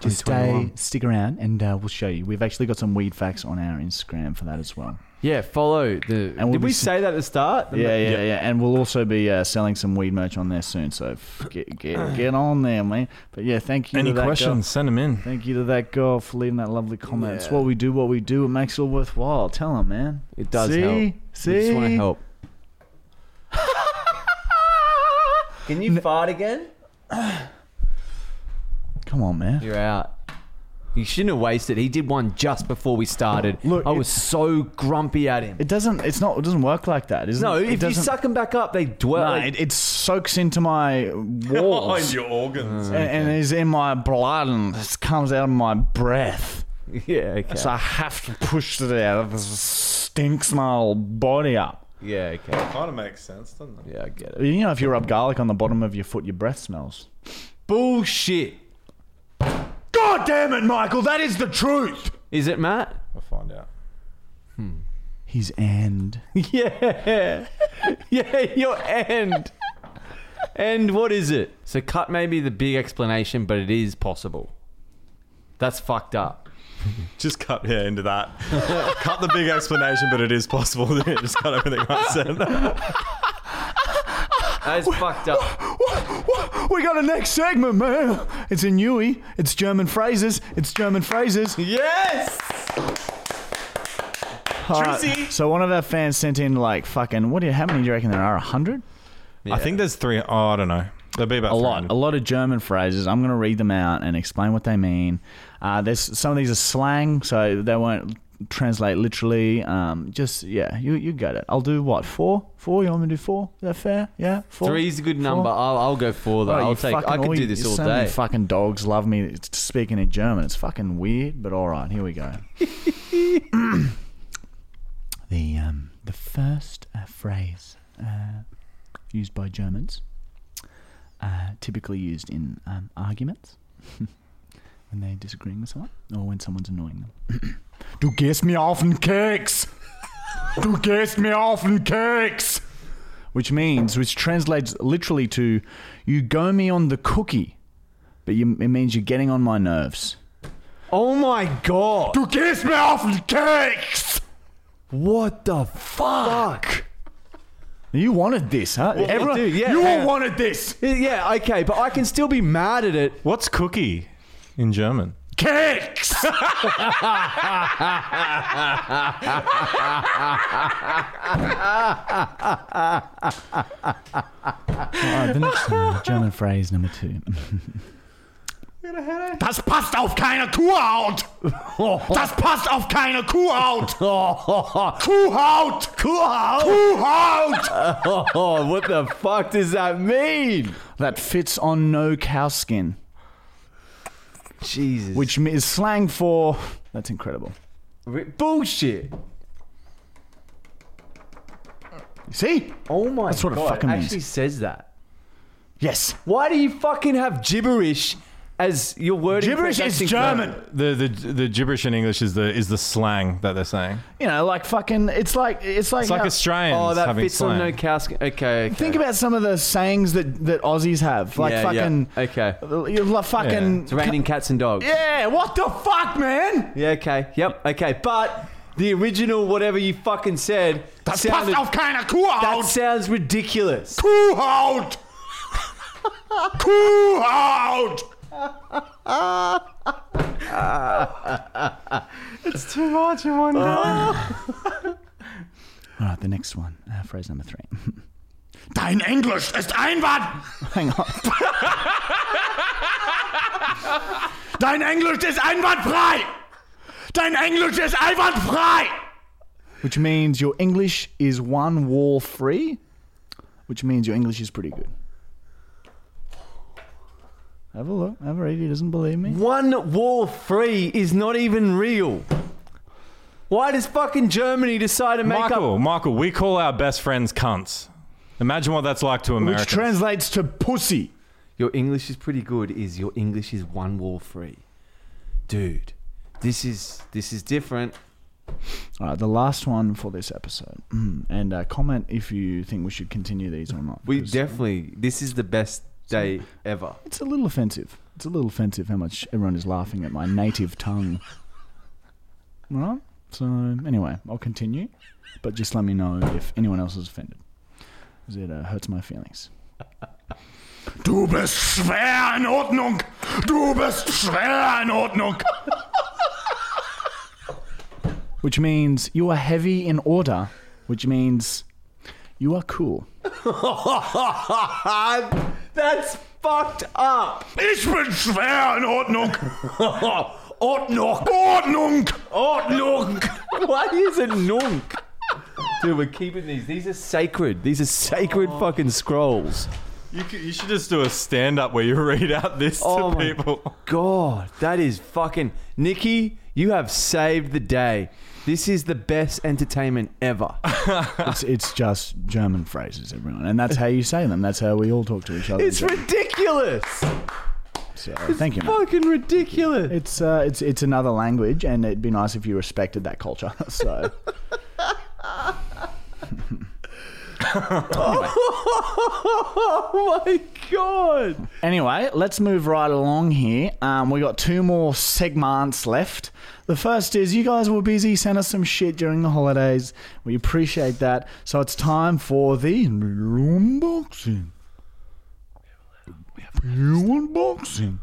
[SPEAKER 1] just stay,
[SPEAKER 2] 2021.
[SPEAKER 1] stick around, and uh, we'll show you. We've actually got some weed facts on our Instagram for that as well.
[SPEAKER 2] yeah, follow the.
[SPEAKER 1] And we'll
[SPEAKER 2] did
[SPEAKER 1] be
[SPEAKER 2] we
[SPEAKER 1] s-
[SPEAKER 2] say that at the start? The-
[SPEAKER 1] Yeah, yeah, yeah. And we'll also be uh, selling some weed merch on there soon. So f- get get get on there, man. But yeah, thank you.
[SPEAKER 3] Any
[SPEAKER 1] to that girl.
[SPEAKER 3] questions? Send them in.
[SPEAKER 1] Thank you to that girl for leaving that lovely comment. It's what we do, what we do. It makes it all worthwhile. Tell him, man.
[SPEAKER 2] It does
[SPEAKER 1] See?
[SPEAKER 2] help.
[SPEAKER 1] See?
[SPEAKER 2] We just want to help. Can you fart again?
[SPEAKER 1] Come on, man.
[SPEAKER 2] You're out. You shouldn't have wasted. He did one just before we started.
[SPEAKER 1] Look,
[SPEAKER 2] I
[SPEAKER 1] it-
[SPEAKER 2] was so grumpy at him.
[SPEAKER 1] It doesn't. It's not. It doesn't work like that, is
[SPEAKER 2] no,
[SPEAKER 1] it? It
[SPEAKER 2] if you
[SPEAKER 1] doesn't-
[SPEAKER 2] suck them back up, they dwell.
[SPEAKER 1] no,
[SPEAKER 2] like- Oh,
[SPEAKER 1] it, it soaks into my walls
[SPEAKER 3] your organs.
[SPEAKER 1] and, and is in my blood and it comes out of my breath.
[SPEAKER 2] yeah, okay.
[SPEAKER 1] So I have to push it out. It stinks my whole body up.
[SPEAKER 2] Yeah, okay.
[SPEAKER 3] Kind of makes sense, doesn't it?
[SPEAKER 2] Yeah, I get it.
[SPEAKER 1] You know, if you rub garlic on the bottom of your foot, your breath smells.
[SPEAKER 2] Bullshit.
[SPEAKER 1] God damn it, Michael, that is the truth.
[SPEAKER 2] Is it Matt?
[SPEAKER 3] We'll find out.
[SPEAKER 1] His end.
[SPEAKER 2] Yeah. Yeah, your end. And what is it? So cut maybe the big explanation, but it is possible. That's fucked up.
[SPEAKER 3] Just cut yeah, into that. cut the big explanation, but it is possible. Just cut everything I said.
[SPEAKER 2] That is fucked up.
[SPEAKER 1] We got a next segment, man. It's in Yui. It's German phrases. It's German phrases.
[SPEAKER 2] Yes!
[SPEAKER 1] All right. So one of our fans sent in like fucking. What do you? How many do you reckon there are? A hundred?
[SPEAKER 3] I think there's three. Oh, I don't know. There'll be about
[SPEAKER 1] a lot,
[SPEAKER 3] 300.
[SPEAKER 1] a lot of German phrases. I'm going to read them out and explain what they mean. Uh, there's some of these are slang, so they won't translate literally. Um, just yeah, you you got it. I'll do what four? Four? You want me to do four? Is that fair? Yeah, four.
[SPEAKER 2] Three's a good
[SPEAKER 1] Four?
[SPEAKER 2] number. I'll, I'll go four though.
[SPEAKER 1] Bro,
[SPEAKER 2] I'll
[SPEAKER 1] you
[SPEAKER 2] take.
[SPEAKER 1] fucking-
[SPEAKER 2] I could
[SPEAKER 1] all
[SPEAKER 2] do
[SPEAKER 1] you-
[SPEAKER 2] this all
[SPEAKER 1] so many
[SPEAKER 2] day.
[SPEAKER 1] fucking dogs love me speaking in German. It's fucking weird, but all right, here we go. the um, the first uh, phrase uh, used by Germans, uh, typically used in um, arguments when they're disagreeing with someone or when someone's annoying them. du gehst mir auf den Keks. Du gehst mir auf den Keks which means, which translates literally to, you go me on the cookie, but you, it means you're getting on my nerves.
[SPEAKER 2] Oh my god!
[SPEAKER 1] You kiss me off and cakes!
[SPEAKER 2] What the fuck?
[SPEAKER 1] You wanted this, huh? Everyone,
[SPEAKER 2] dude, yeah,
[SPEAKER 1] you
[SPEAKER 2] hang
[SPEAKER 1] all
[SPEAKER 2] on.
[SPEAKER 1] wanted this.
[SPEAKER 2] Yeah, okay, but I can still be mad at it.
[SPEAKER 3] What's cookie in German?
[SPEAKER 1] Cakes! the next German phrase number two. Das passt auf keine Kuhhaut! Das passt auf keine Kuhhaut! Kuhhaut! Kuhhaut! Kuhhaut!
[SPEAKER 2] Oh, what the fuck does that mean?
[SPEAKER 1] That fits on no cow skin,
[SPEAKER 2] Jesus.
[SPEAKER 1] which is slang for. That's incredible.
[SPEAKER 2] Ri- bullshit.
[SPEAKER 1] See?
[SPEAKER 2] Oh my
[SPEAKER 1] That's what it
[SPEAKER 2] god!
[SPEAKER 1] fucking means.
[SPEAKER 2] actually says that.
[SPEAKER 1] Yes.
[SPEAKER 2] Why do you fucking have gibberish as your word?
[SPEAKER 1] Gibberish is German.
[SPEAKER 3] The, the the gibberish in English is the is the slang that they're saying.
[SPEAKER 1] You know, like fucking. It's like it's like.
[SPEAKER 3] It's like
[SPEAKER 1] how-
[SPEAKER 3] Australians
[SPEAKER 2] Oh, that
[SPEAKER 3] having
[SPEAKER 2] fits
[SPEAKER 3] slang.
[SPEAKER 2] on no cow skin. Okay, okay.
[SPEAKER 1] Think about some of the sayings that that Aussies have, like
[SPEAKER 2] Yeah, yeah.
[SPEAKER 1] fucking.
[SPEAKER 2] Okay.
[SPEAKER 1] You're like fucking.
[SPEAKER 2] It's raining cats and dogs.
[SPEAKER 1] Yeah, what the fuck, man?
[SPEAKER 2] Yeah, okay. Yep, okay. But the original, whatever you fucking said, sounded,
[SPEAKER 1] kind of
[SPEAKER 2] that
[SPEAKER 1] Kuhhaut.
[SPEAKER 2] sounds ridiculous.
[SPEAKER 1] Kuhhaut. Kuhhaut.
[SPEAKER 2] Too much in one
[SPEAKER 1] All right, the next one. Uh, phrase number three. Dein English ist Einwand. Hang on. Dein English ist einwandfrei. Dein English ist einwandfrei. Which means your English is one wall free, which means your English is pretty good. Have a look. Have a read. He doesn't believe me.
[SPEAKER 2] One wall free is not even real. Why does fucking Germany decide to make
[SPEAKER 3] Michael,
[SPEAKER 2] up?
[SPEAKER 3] Michael, we call our best friends cunts. Imagine what that's like to Americans.
[SPEAKER 1] Which translates to pussy.
[SPEAKER 2] Your English is pretty good. Is your English is one wall free, dude? This is this is different.
[SPEAKER 1] All right, the last one for this episode. Mm, And uh, comment if you think we should continue these or not.
[SPEAKER 2] We
[SPEAKER 1] 'cause
[SPEAKER 2] definitely. This is the best day ever.
[SPEAKER 1] it's a little offensive. It's a little offensive how much everyone is laughing at my native tongue. Right? So, anyway, I'll continue. But just let me know if anyone else is offended. Because it uh, hurts my feelings. Du bist schwer in Ordnung! Du bist schwer in Ordnung! Which means you are heavy in order, which means you are cool.
[SPEAKER 2] That's fucked up.
[SPEAKER 1] Ich bin schwer in Ordnung. Ordnung. Ordnung. Ordnung.
[SPEAKER 2] Why is it nunk? Dude, we're keeping these. These are sacred. These are sacred fucking scrolls.
[SPEAKER 3] You, could, you should just do a stand up where you read out this
[SPEAKER 2] Oh
[SPEAKER 3] to
[SPEAKER 2] my
[SPEAKER 3] people.
[SPEAKER 2] God, that is fucking Nikki. You have saved the day. This is the best entertainment ever.
[SPEAKER 1] It's, it's just German phrases, everyone, and that's how you say them. That's how we all talk to each other. in
[SPEAKER 2] It's
[SPEAKER 1] German.
[SPEAKER 2] ridiculous.
[SPEAKER 1] So, thank you. mate.
[SPEAKER 2] Fucking ridiculous.
[SPEAKER 1] It's uh, it's it's another language, and it'd be nice if you respected that culture. So
[SPEAKER 2] Oh my god.
[SPEAKER 1] anyway, let's move right along here. Um, we got two more segments left. The first is you guys were busy, sent us some shit during the holidays. We appreciate that. So it's time for the unboxing. New unboxing.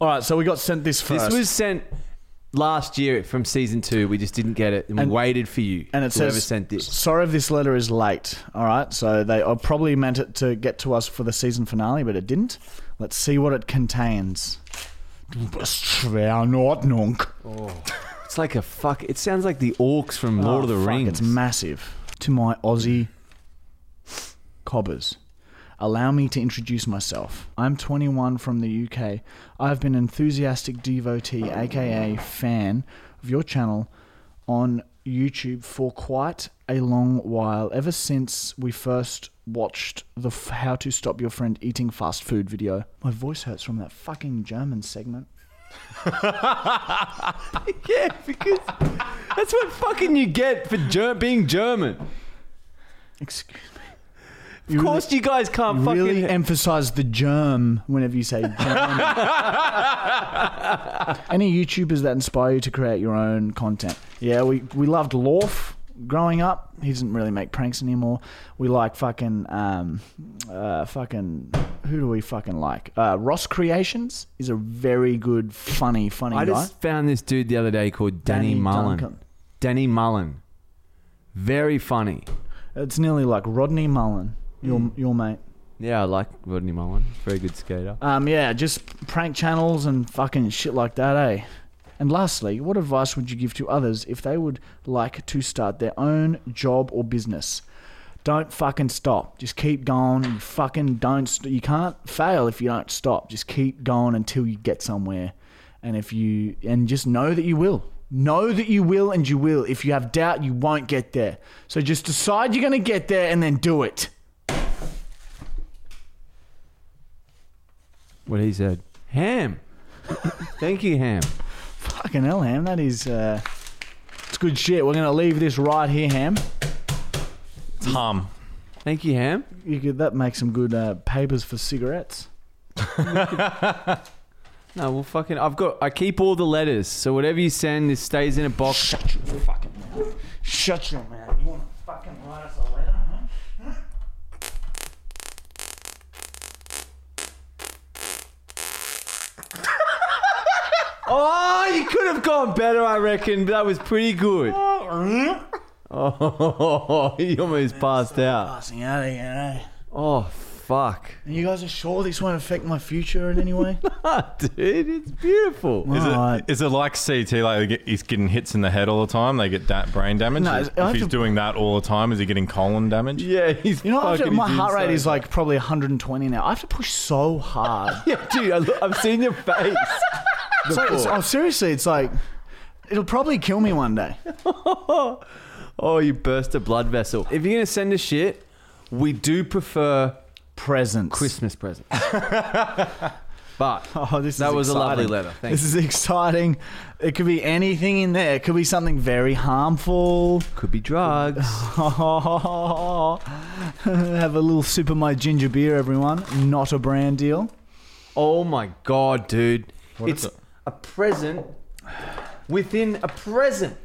[SPEAKER 1] All right, so we got sent this first.
[SPEAKER 2] This was sent last year from season two. We just didn't get it, and, we waited for you.
[SPEAKER 1] And it
[SPEAKER 2] whoever
[SPEAKER 1] says,
[SPEAKER 2] sent this.
[SPEAKER 1] sorry if this letter is late. All right, so they I probably meant it to get to us for the season finale, but it didn't. Let's see what it contains. Du bist schwer in Ordnung.
[SPEAKER 2] It's like a fuck. It sounds like the orcs from Lord of the
[SPEAKER 1] Oh, fuck,
[SPEAKER 2] Rings.
[SPEAKER 1] It's massive. To my Aussie cobbers. Allow me to introduce myself. I'm 21 from the UK. I've been an enthusiastic devotee, aka fan, of your channel on YouTube for quite a long while, ever since we first watched the f- How to Stop Your Friend Eating Fast Food video. My voice hurts from that fucking German segment.
[SPEAKER 2] yeah, because that's what fucking you get for ger- being German.
[SPEAKER 1] Excuse me.
[SPEAKER 2] Of course, you guys can't fucking.
[SPEAKER 1] really emphasize the germ whenever you say germ. Any YouTubers that inspire you to create your own content? Yeah, we, we loved Lorf growing up. He doesn't really make pranks anymore. We like fucking um, uh, fucking who do we fucking like? Uh, Ross Creations is a very good, funny, funny
[SPEAKER 2] I
[SPEAKER 1] guy.
[SPEAKER 2] just found this dude the other day called Danny,
[SPEAKER 1] Danny
[SPEAKER 2] Mullen.
[SPEAKER 1] Duncan.
[SPEAKER 2] Danny Mullen, very funny.
[SPEAKER 1] It's nearly like Rodney Mullen, your
[SPEAKER 2] Hmm.
[SPEAKER 1] your mate.
[SPEAKER 2] Yeah, I like Rodney Mullen. Very good skater.
[SPEAKER 1] Um, yeah, just prank channels and fucking shit like that, eh? And lastly, what advice would you give to others if they would like to start their own job or business? Don't fucking stop. Just keep going. You fucking don't. St- you can't fail if you don't stop. Just keep going until you get somewhere. And if you and just know that you will. Know that you will and you will. If you have doubt, you won't get there. So just decide you're gonna get there and then do it.
[SPEAKER 2] What he said. Ham. Thank you, Ham.
[SPEAKER 1] Fucking hell, Ham. That is, uh, it's good shit. We're gonna leave this right here, Ham.
[SPEAKER 3] Tom.
[SPEAKER 2] Thank you, Ham.
[SPEAKER 1] You could that makes some good uh, papers for cigarettes.
[SPEAKER 2] No, well, fucking, I've got, I keep all the letters, so whatever you send, this stays in a box.
[SPEAKER 1] Shut your fucking mouth. Shut your mouth. You wanna fucking write us a letter, huh?
[SPEAKER 2] Oh, you could have gone better, I reckon. But that was pretty good. Oh, you almost passed out.
[SPEAKER 1] Passing out of here, eh?
[SPEAKER 2] Oh, fuck.
[SPEAKER 1] And you guys are sure this won't affect my future in any way?
[SPEAKER 2] Ah, Dude, it's beautiful.
[SPEAKER 3] Is
[SPEAKER 1] Alright.
[SPEAKER 3] it, is it like CT? Like they get- he's getting hits in the head all the time. They get da- brain damage.
[SPEAKER 1] No,
[SPEAKER 3] if
[SPEAKER 1] I have
[SPEAKER 3] he's
[SPEAKER 1] to-
[SPEAKER 3] doing that all the time, is he getting colon damage?
[SPEAKER 2] Yeah, he's
[SPEAKER 1] You know, I have to-
[SPEAKER 2] fucking
[SPEAKER 1] my
[SPEAKER 2] he's
[SPEAKER 1] heart rate
[SPEAKER 2] insane.
[SPEAKER 1] is like probably 120 now. I have to push so hard.
[SPEAKER 2] Yeah, dude, I, look- I've seen your face.
[SPEAKER 1] It's like- it's- oh, seriously, it's like it'll probably kill me one day.
[SPEAKER 2] Oh, you burst a blood vessel. If you're going to send us shit, we do prefer
[SPEAKER 1] Presents.
[SPEAKER 2] Christmas presents. but
[SPEAKER 1] Oh, this
[SPEAKER 2] that
[SPEAKER 1] is
[SPEAKER 2] was a lovely
[SPEAKER 1] exciting.
[SPEAKER 2] letter. Thank
[SPEAKER 1] this
[SPEAKER 2] you.
[SPEAKER 1] is exciting. It could be anything in there. It could be something very harmful.
[SPEAKER 2] Could be drugs.
[SPEAKER 1] Have a little sip of my ginger beer, everyone. Not a brand deal.
[SPEAKER 2] Oh my god, dude. it's
[SPEAKER 3] it?
[SPEAKER 2] a present within a present.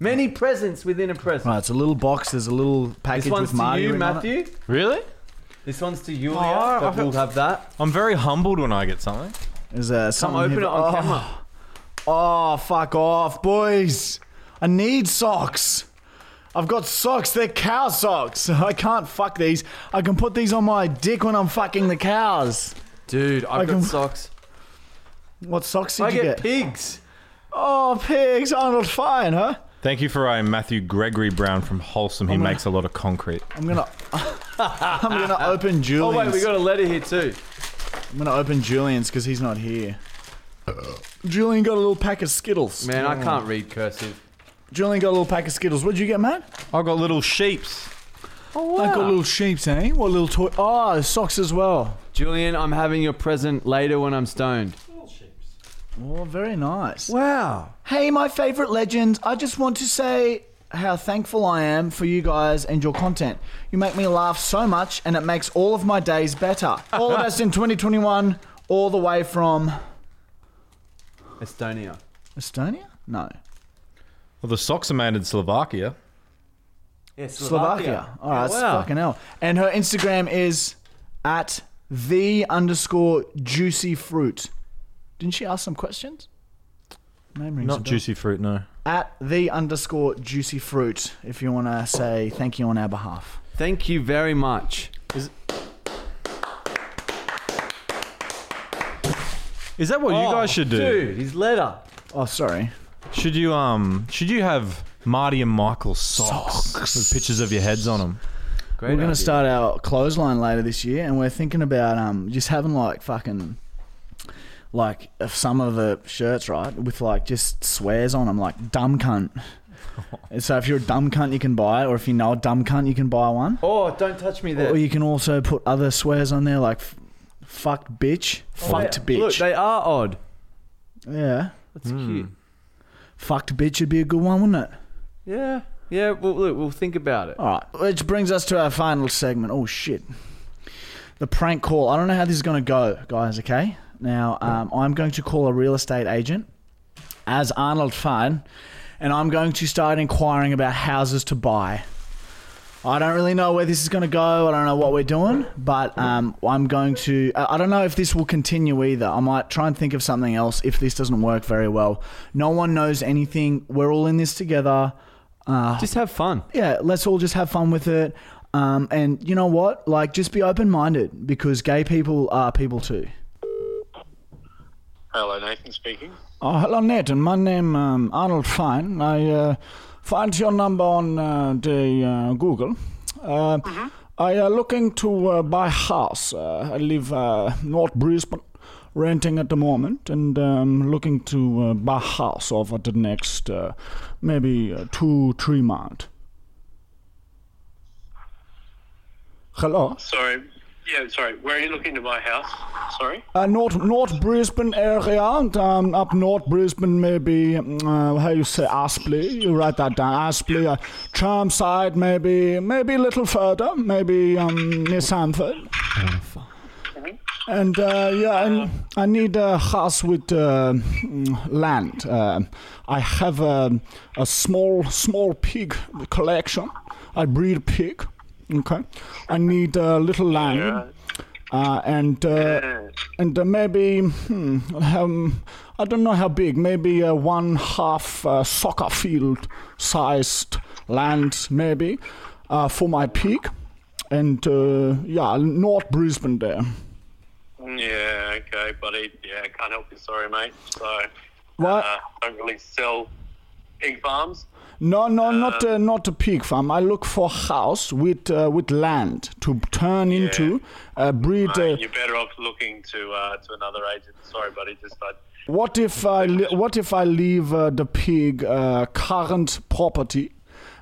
[SPEAKER 2] Many presents within a present.
[SPEAKER 1] Right, it's a little box. There's a little package
[SPEAKER 2] This one's
[SPEAKER 1] with
[SPEAKER 2] to
[SPEAKER 1] Marty.
[SPEAKER 2] you,
[SPEAKER 1] written on it.
[SPEAKER 2] Matthew.
[SPEAKER 3] Really?
[SPEAKER 2] This one's to you, Leah,
[SPEAKER 1] Oh,
[SPEAKER 3] I
[SPEAKER 2] but we'll
[SPEAKER 3] feel-
[SPEAKER 2] have that.
[SPEAKER 3] I'm very humbled when I get something.
[SPEAKER 1] There's uh,
[SPEAKER 2] Come
[SPEAKER 1] someone
[SPEAKER 2] open
[SPEAKER 1] here-
[SPEAKER 2] it on
[SPEAKER 1] oh,
[SPEAKER 2] camera.
[SPEAKER 1] Oh, fuck off, boys. I need socks. I've got socks. They're cow socks. I can't fuck these. I can put these on my dick when I'm fucking the cows.
[SPEAKER 2] Dude, I've
[SPEAKER 1] I
[SPEAKER 2] got
[SPEAKER 1] can-
[SPEAKER 2] socks.
[SPEAKER 1] What socks did
[SPEAKER 2] I
[SPEAKER 1] you get?
[SPEAKER 2] get, pigs.
[SPEAKER 1] Oh, pigs. Arnold Fine, huh?
[SPEAKER 3] Thank you for writing Matthew Gregory Brown from Wholesome. He makes a lot of concrete.
[SPEAKER 1] I'm gonna, I'm gonna open
[SPEAKER 2] Oh
[SPEAKER 1] Julian's.
[SPEAKER 2] wait, we got a letter here too.
[SPEAKER 1] I'm gonna open Julian's because he's not here. Julian got a little pack of Skittles.
[SPEAKER 2] Man, I can't read cursive.
[SPEAKER 1] Julian got a little pack of Skittles. What'd you get, Matt?
[SPEAKER 3] I got little sheeps.
[SPEAKER 1] I got little sheeps, eh? What little toy? Oh, socks as well.
[SPEAKER 2] Julian, I'm having your present later when I'm stoned.
[SPEAKER 1] Oh, very nice.
[SPEAKER 2] Wow.
[SPEAKER 1] Hey, my favorite legend. I just want to say how thankful I am for you guys and your content. You make me laugh so much, and it makes all of my days better. All the best in 2021, all the way from
[SPEAKER 2] Estonia.
[SPEAKER 1] Estonia? No,
[SPEAKER 3] Well, the socks are made in Slovakia.
[SPEAKER 2] Yeah,
[SPEAKER 1] Slovakia. All right, that's
[SPEAKER 2] Wow.
[SPEAKER 1] fucking hell. And her Instagram is at the underscore juicy fruit. Didn't she ask some questions? Name rings a
[SPEAKER 3] Not
[SPEAKER 1] bell.
[SPEAKER 3] juicy fruit, no.
[SPEAKER 1] At the underscore juicy fruit, if you want to say thank you on our behalf.
[SPEAKER 2] Thank you very much.
[SPEAKER 3] Is that what you guys should do?
[SPEAKER 2] Oh, Dude, his letter.
[SPEAKER 1] Oh, sorry.
[SPEAKER 3] Should you um? Should you have Marty and Michael socks, with pictures of your heads on them?
[SPEAKER 2] Great.
[SPEAKER 1] We're going
[SPEAKER 2] idea.
[SPEAKER 1] to start our clothesline later this year, and we're thinking about um, just having like fucking like if some of the shirts, right, with like just swears on them, like dumb cunt. And so if you're a dumb cunt, you can buy it, or if you know a dumb cunt, you can buy one.
[SPEAKER 2] Oh, don't touch me there.
[SPEAKER 1] Or you can also put other swears on there, like f- fucked bitch, fucked bitch.
[SPEAKER 2] Oh, Look, they are odd.
[SPEAKER 1] yeah,
[SPEAKER 2] That's
[SPEAKER 3] Hmm.
[SPEAKER 2] cute.
[SPEAKER 1] fucked bitch would be a good one, wouldn't it?
[SPEAKER 2] Yeah. Yeah, well, look, we'll think about it.
[SPEAKER 1] All right, which brings us to our final segment. Oh shit, the prank call. I don't know how this is going to go, guys. Okay, now um, I'm going to call a real estate agent as Arnold Fun, and I'm going to start inquiring about houses to buy. I don't really know where this is going to go. I don't know what we're doing, but um, I'm going to. I I don't know if this will continue either. I might try and think of something else if this doesn't work very well. No one knows anything. We're all in this together
[SPEAKER 3] Ah.
[SPEAKER 2] Just have fun.
[SPEAKER 1] yeah, let's all just have fun with it. Um, and you know what? Like, just be open minded because gay people are people too.
[SPEAKER 5] Hello, Nathan speaking.
[SPEAKER 1] Oh, hello, Nathan. My name um, Arnold Fine. I uh, found your number on uh, the uh, Google. Uh, I am looking to uh, buy a house. Uh, I live uh, North Brisbane, renting at the moment, and um, looking to uh, buy a house over the next uh, maybe uh, two, three months. Hello.
[SPEAKER 5] Sorry. Yeah, sorry. Where are you looking to buy a house? Sorry.
[SPEAKER 1] Uh, North North Brisbane area, and, um, up North Brisbane, maybe uh, how you say Aspley. You write that down, Aspley. Uh, Chermside, maybe, maybe a little further, maybe um, near Sanford. And uh, yeah, I, I need a house with uh, mm, land. Uh, I have a, a small small pig collection. I breed pig. Okay, I need a little land uh, and uh, and uh, maybe hmm, um, I don't know how big, maybe uh, one half uh, soccer field sized land, maybe uh, for my pig, and uh, yeah, North Brisbane there.
[SPEAKER 5] Yeah, okay, buddy. Yeah, can't help you. Sorry, mate. So,
[SPEAKER 1] What?
[SPEAKER 5] Uh, don't really sell egg farms.
[SPEAKER 1] No, no, not uh, not a pig farm. I look for house with uh, with land to turn into uh, breed.
[SPEAKER 5] Mate,
[SPEAKER 1] Uh,
[SPEAKER 5] You're better off looking to uh, to another agent. Sorry, buddy. Just uh, I
[SPEAKER 1] What if I li- what if I leave uh, the pig uh, current property,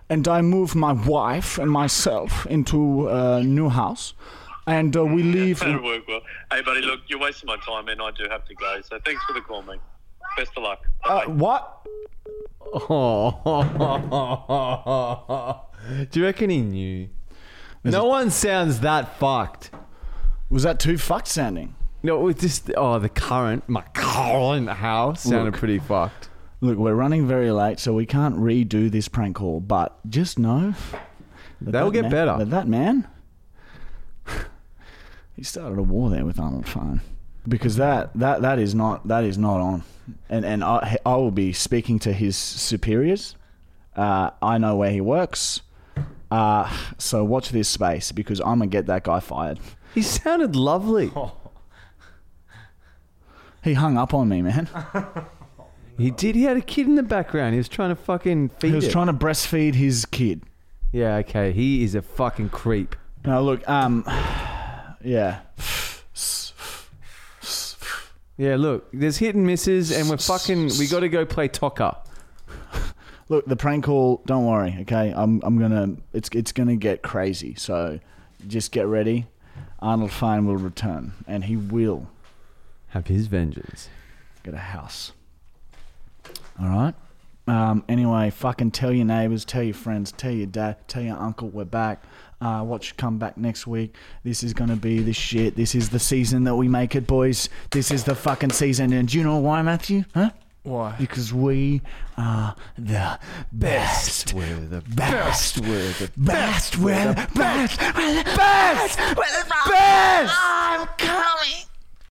[SPEAKER 1] and I move my wife and myself into a new house, and uh, we leave.
[SPEAKER 5] that'll work well. Hey, buddy. Look, you're wasting my time, and I do have to go. So thanks for the call, mate. Best of luck.
[SPEAKER 1] Uh, what?
[SPEAKER 2] Oh. Do you reckon he knew? no one sounds that fucked.
[SPEAKER 1] Was that too fucked sounding?
[SPEAKER 2] No, it's just oh the current my current house sounded pretty fucked.
[SPEAKER 1] Look, we're running very late, so we can't redo this prank call. But just know that
[SPEAKER 2] They'll
[SPEAKER 1] that
[SPEAKER 2] get
[SPEAKER 1] man-
[SPEAKER 2] better.
[SPEAKER 1] That, that man, he started a war there with Arnold Fine because that, that that is not that is not on, and and I I will be speaking to his superiors. Uh, I know where he works, uh, so watch this space because I'm gonna get that guy fired.
[SPEAKER 2] He sounded lovely.
[SPEAKER 1] He hung up on me, man.
[SPEAKER 2] He did. He had a kid in the background. He was trying to fucking feed
[SPEAKER 1] He was
[SPEAKER 2] it.
[SPEAKER 1] trying to breastfeed his kid.
[SPEAKER 2] yeah, okay. He is a fucking creep.
[SPEAKER 1] Now look, um, yeah,
[SPEAKER 2] Yeah, look, there's hit and misses, and we're fucking. We got to go play Tocker.
[SPEAKER 1] look, the prank call. Don't worry, okay. I'm I'm gonna. It's it's gonna get crazy. So just get ready. Arnold Fine will return, and he will
[SPEAKER 2] Have his vengeance.
[SPEAKER 1] get a house. All right. Um, anyway, fucking tell your neighbors, tell your friends, tell your dad, tell your uncle we're back. Uh, watch come back next week. This is gonna be the shit. This is the season that we make it, boys. This is the fucking season. And do you know why, Matthew? Huh?
[SPEAKER 6] Why?
[SPEAKER 1] Because we are the best. We're the best. We're the best. We're the best. We're the best. We're the best. I'm coming.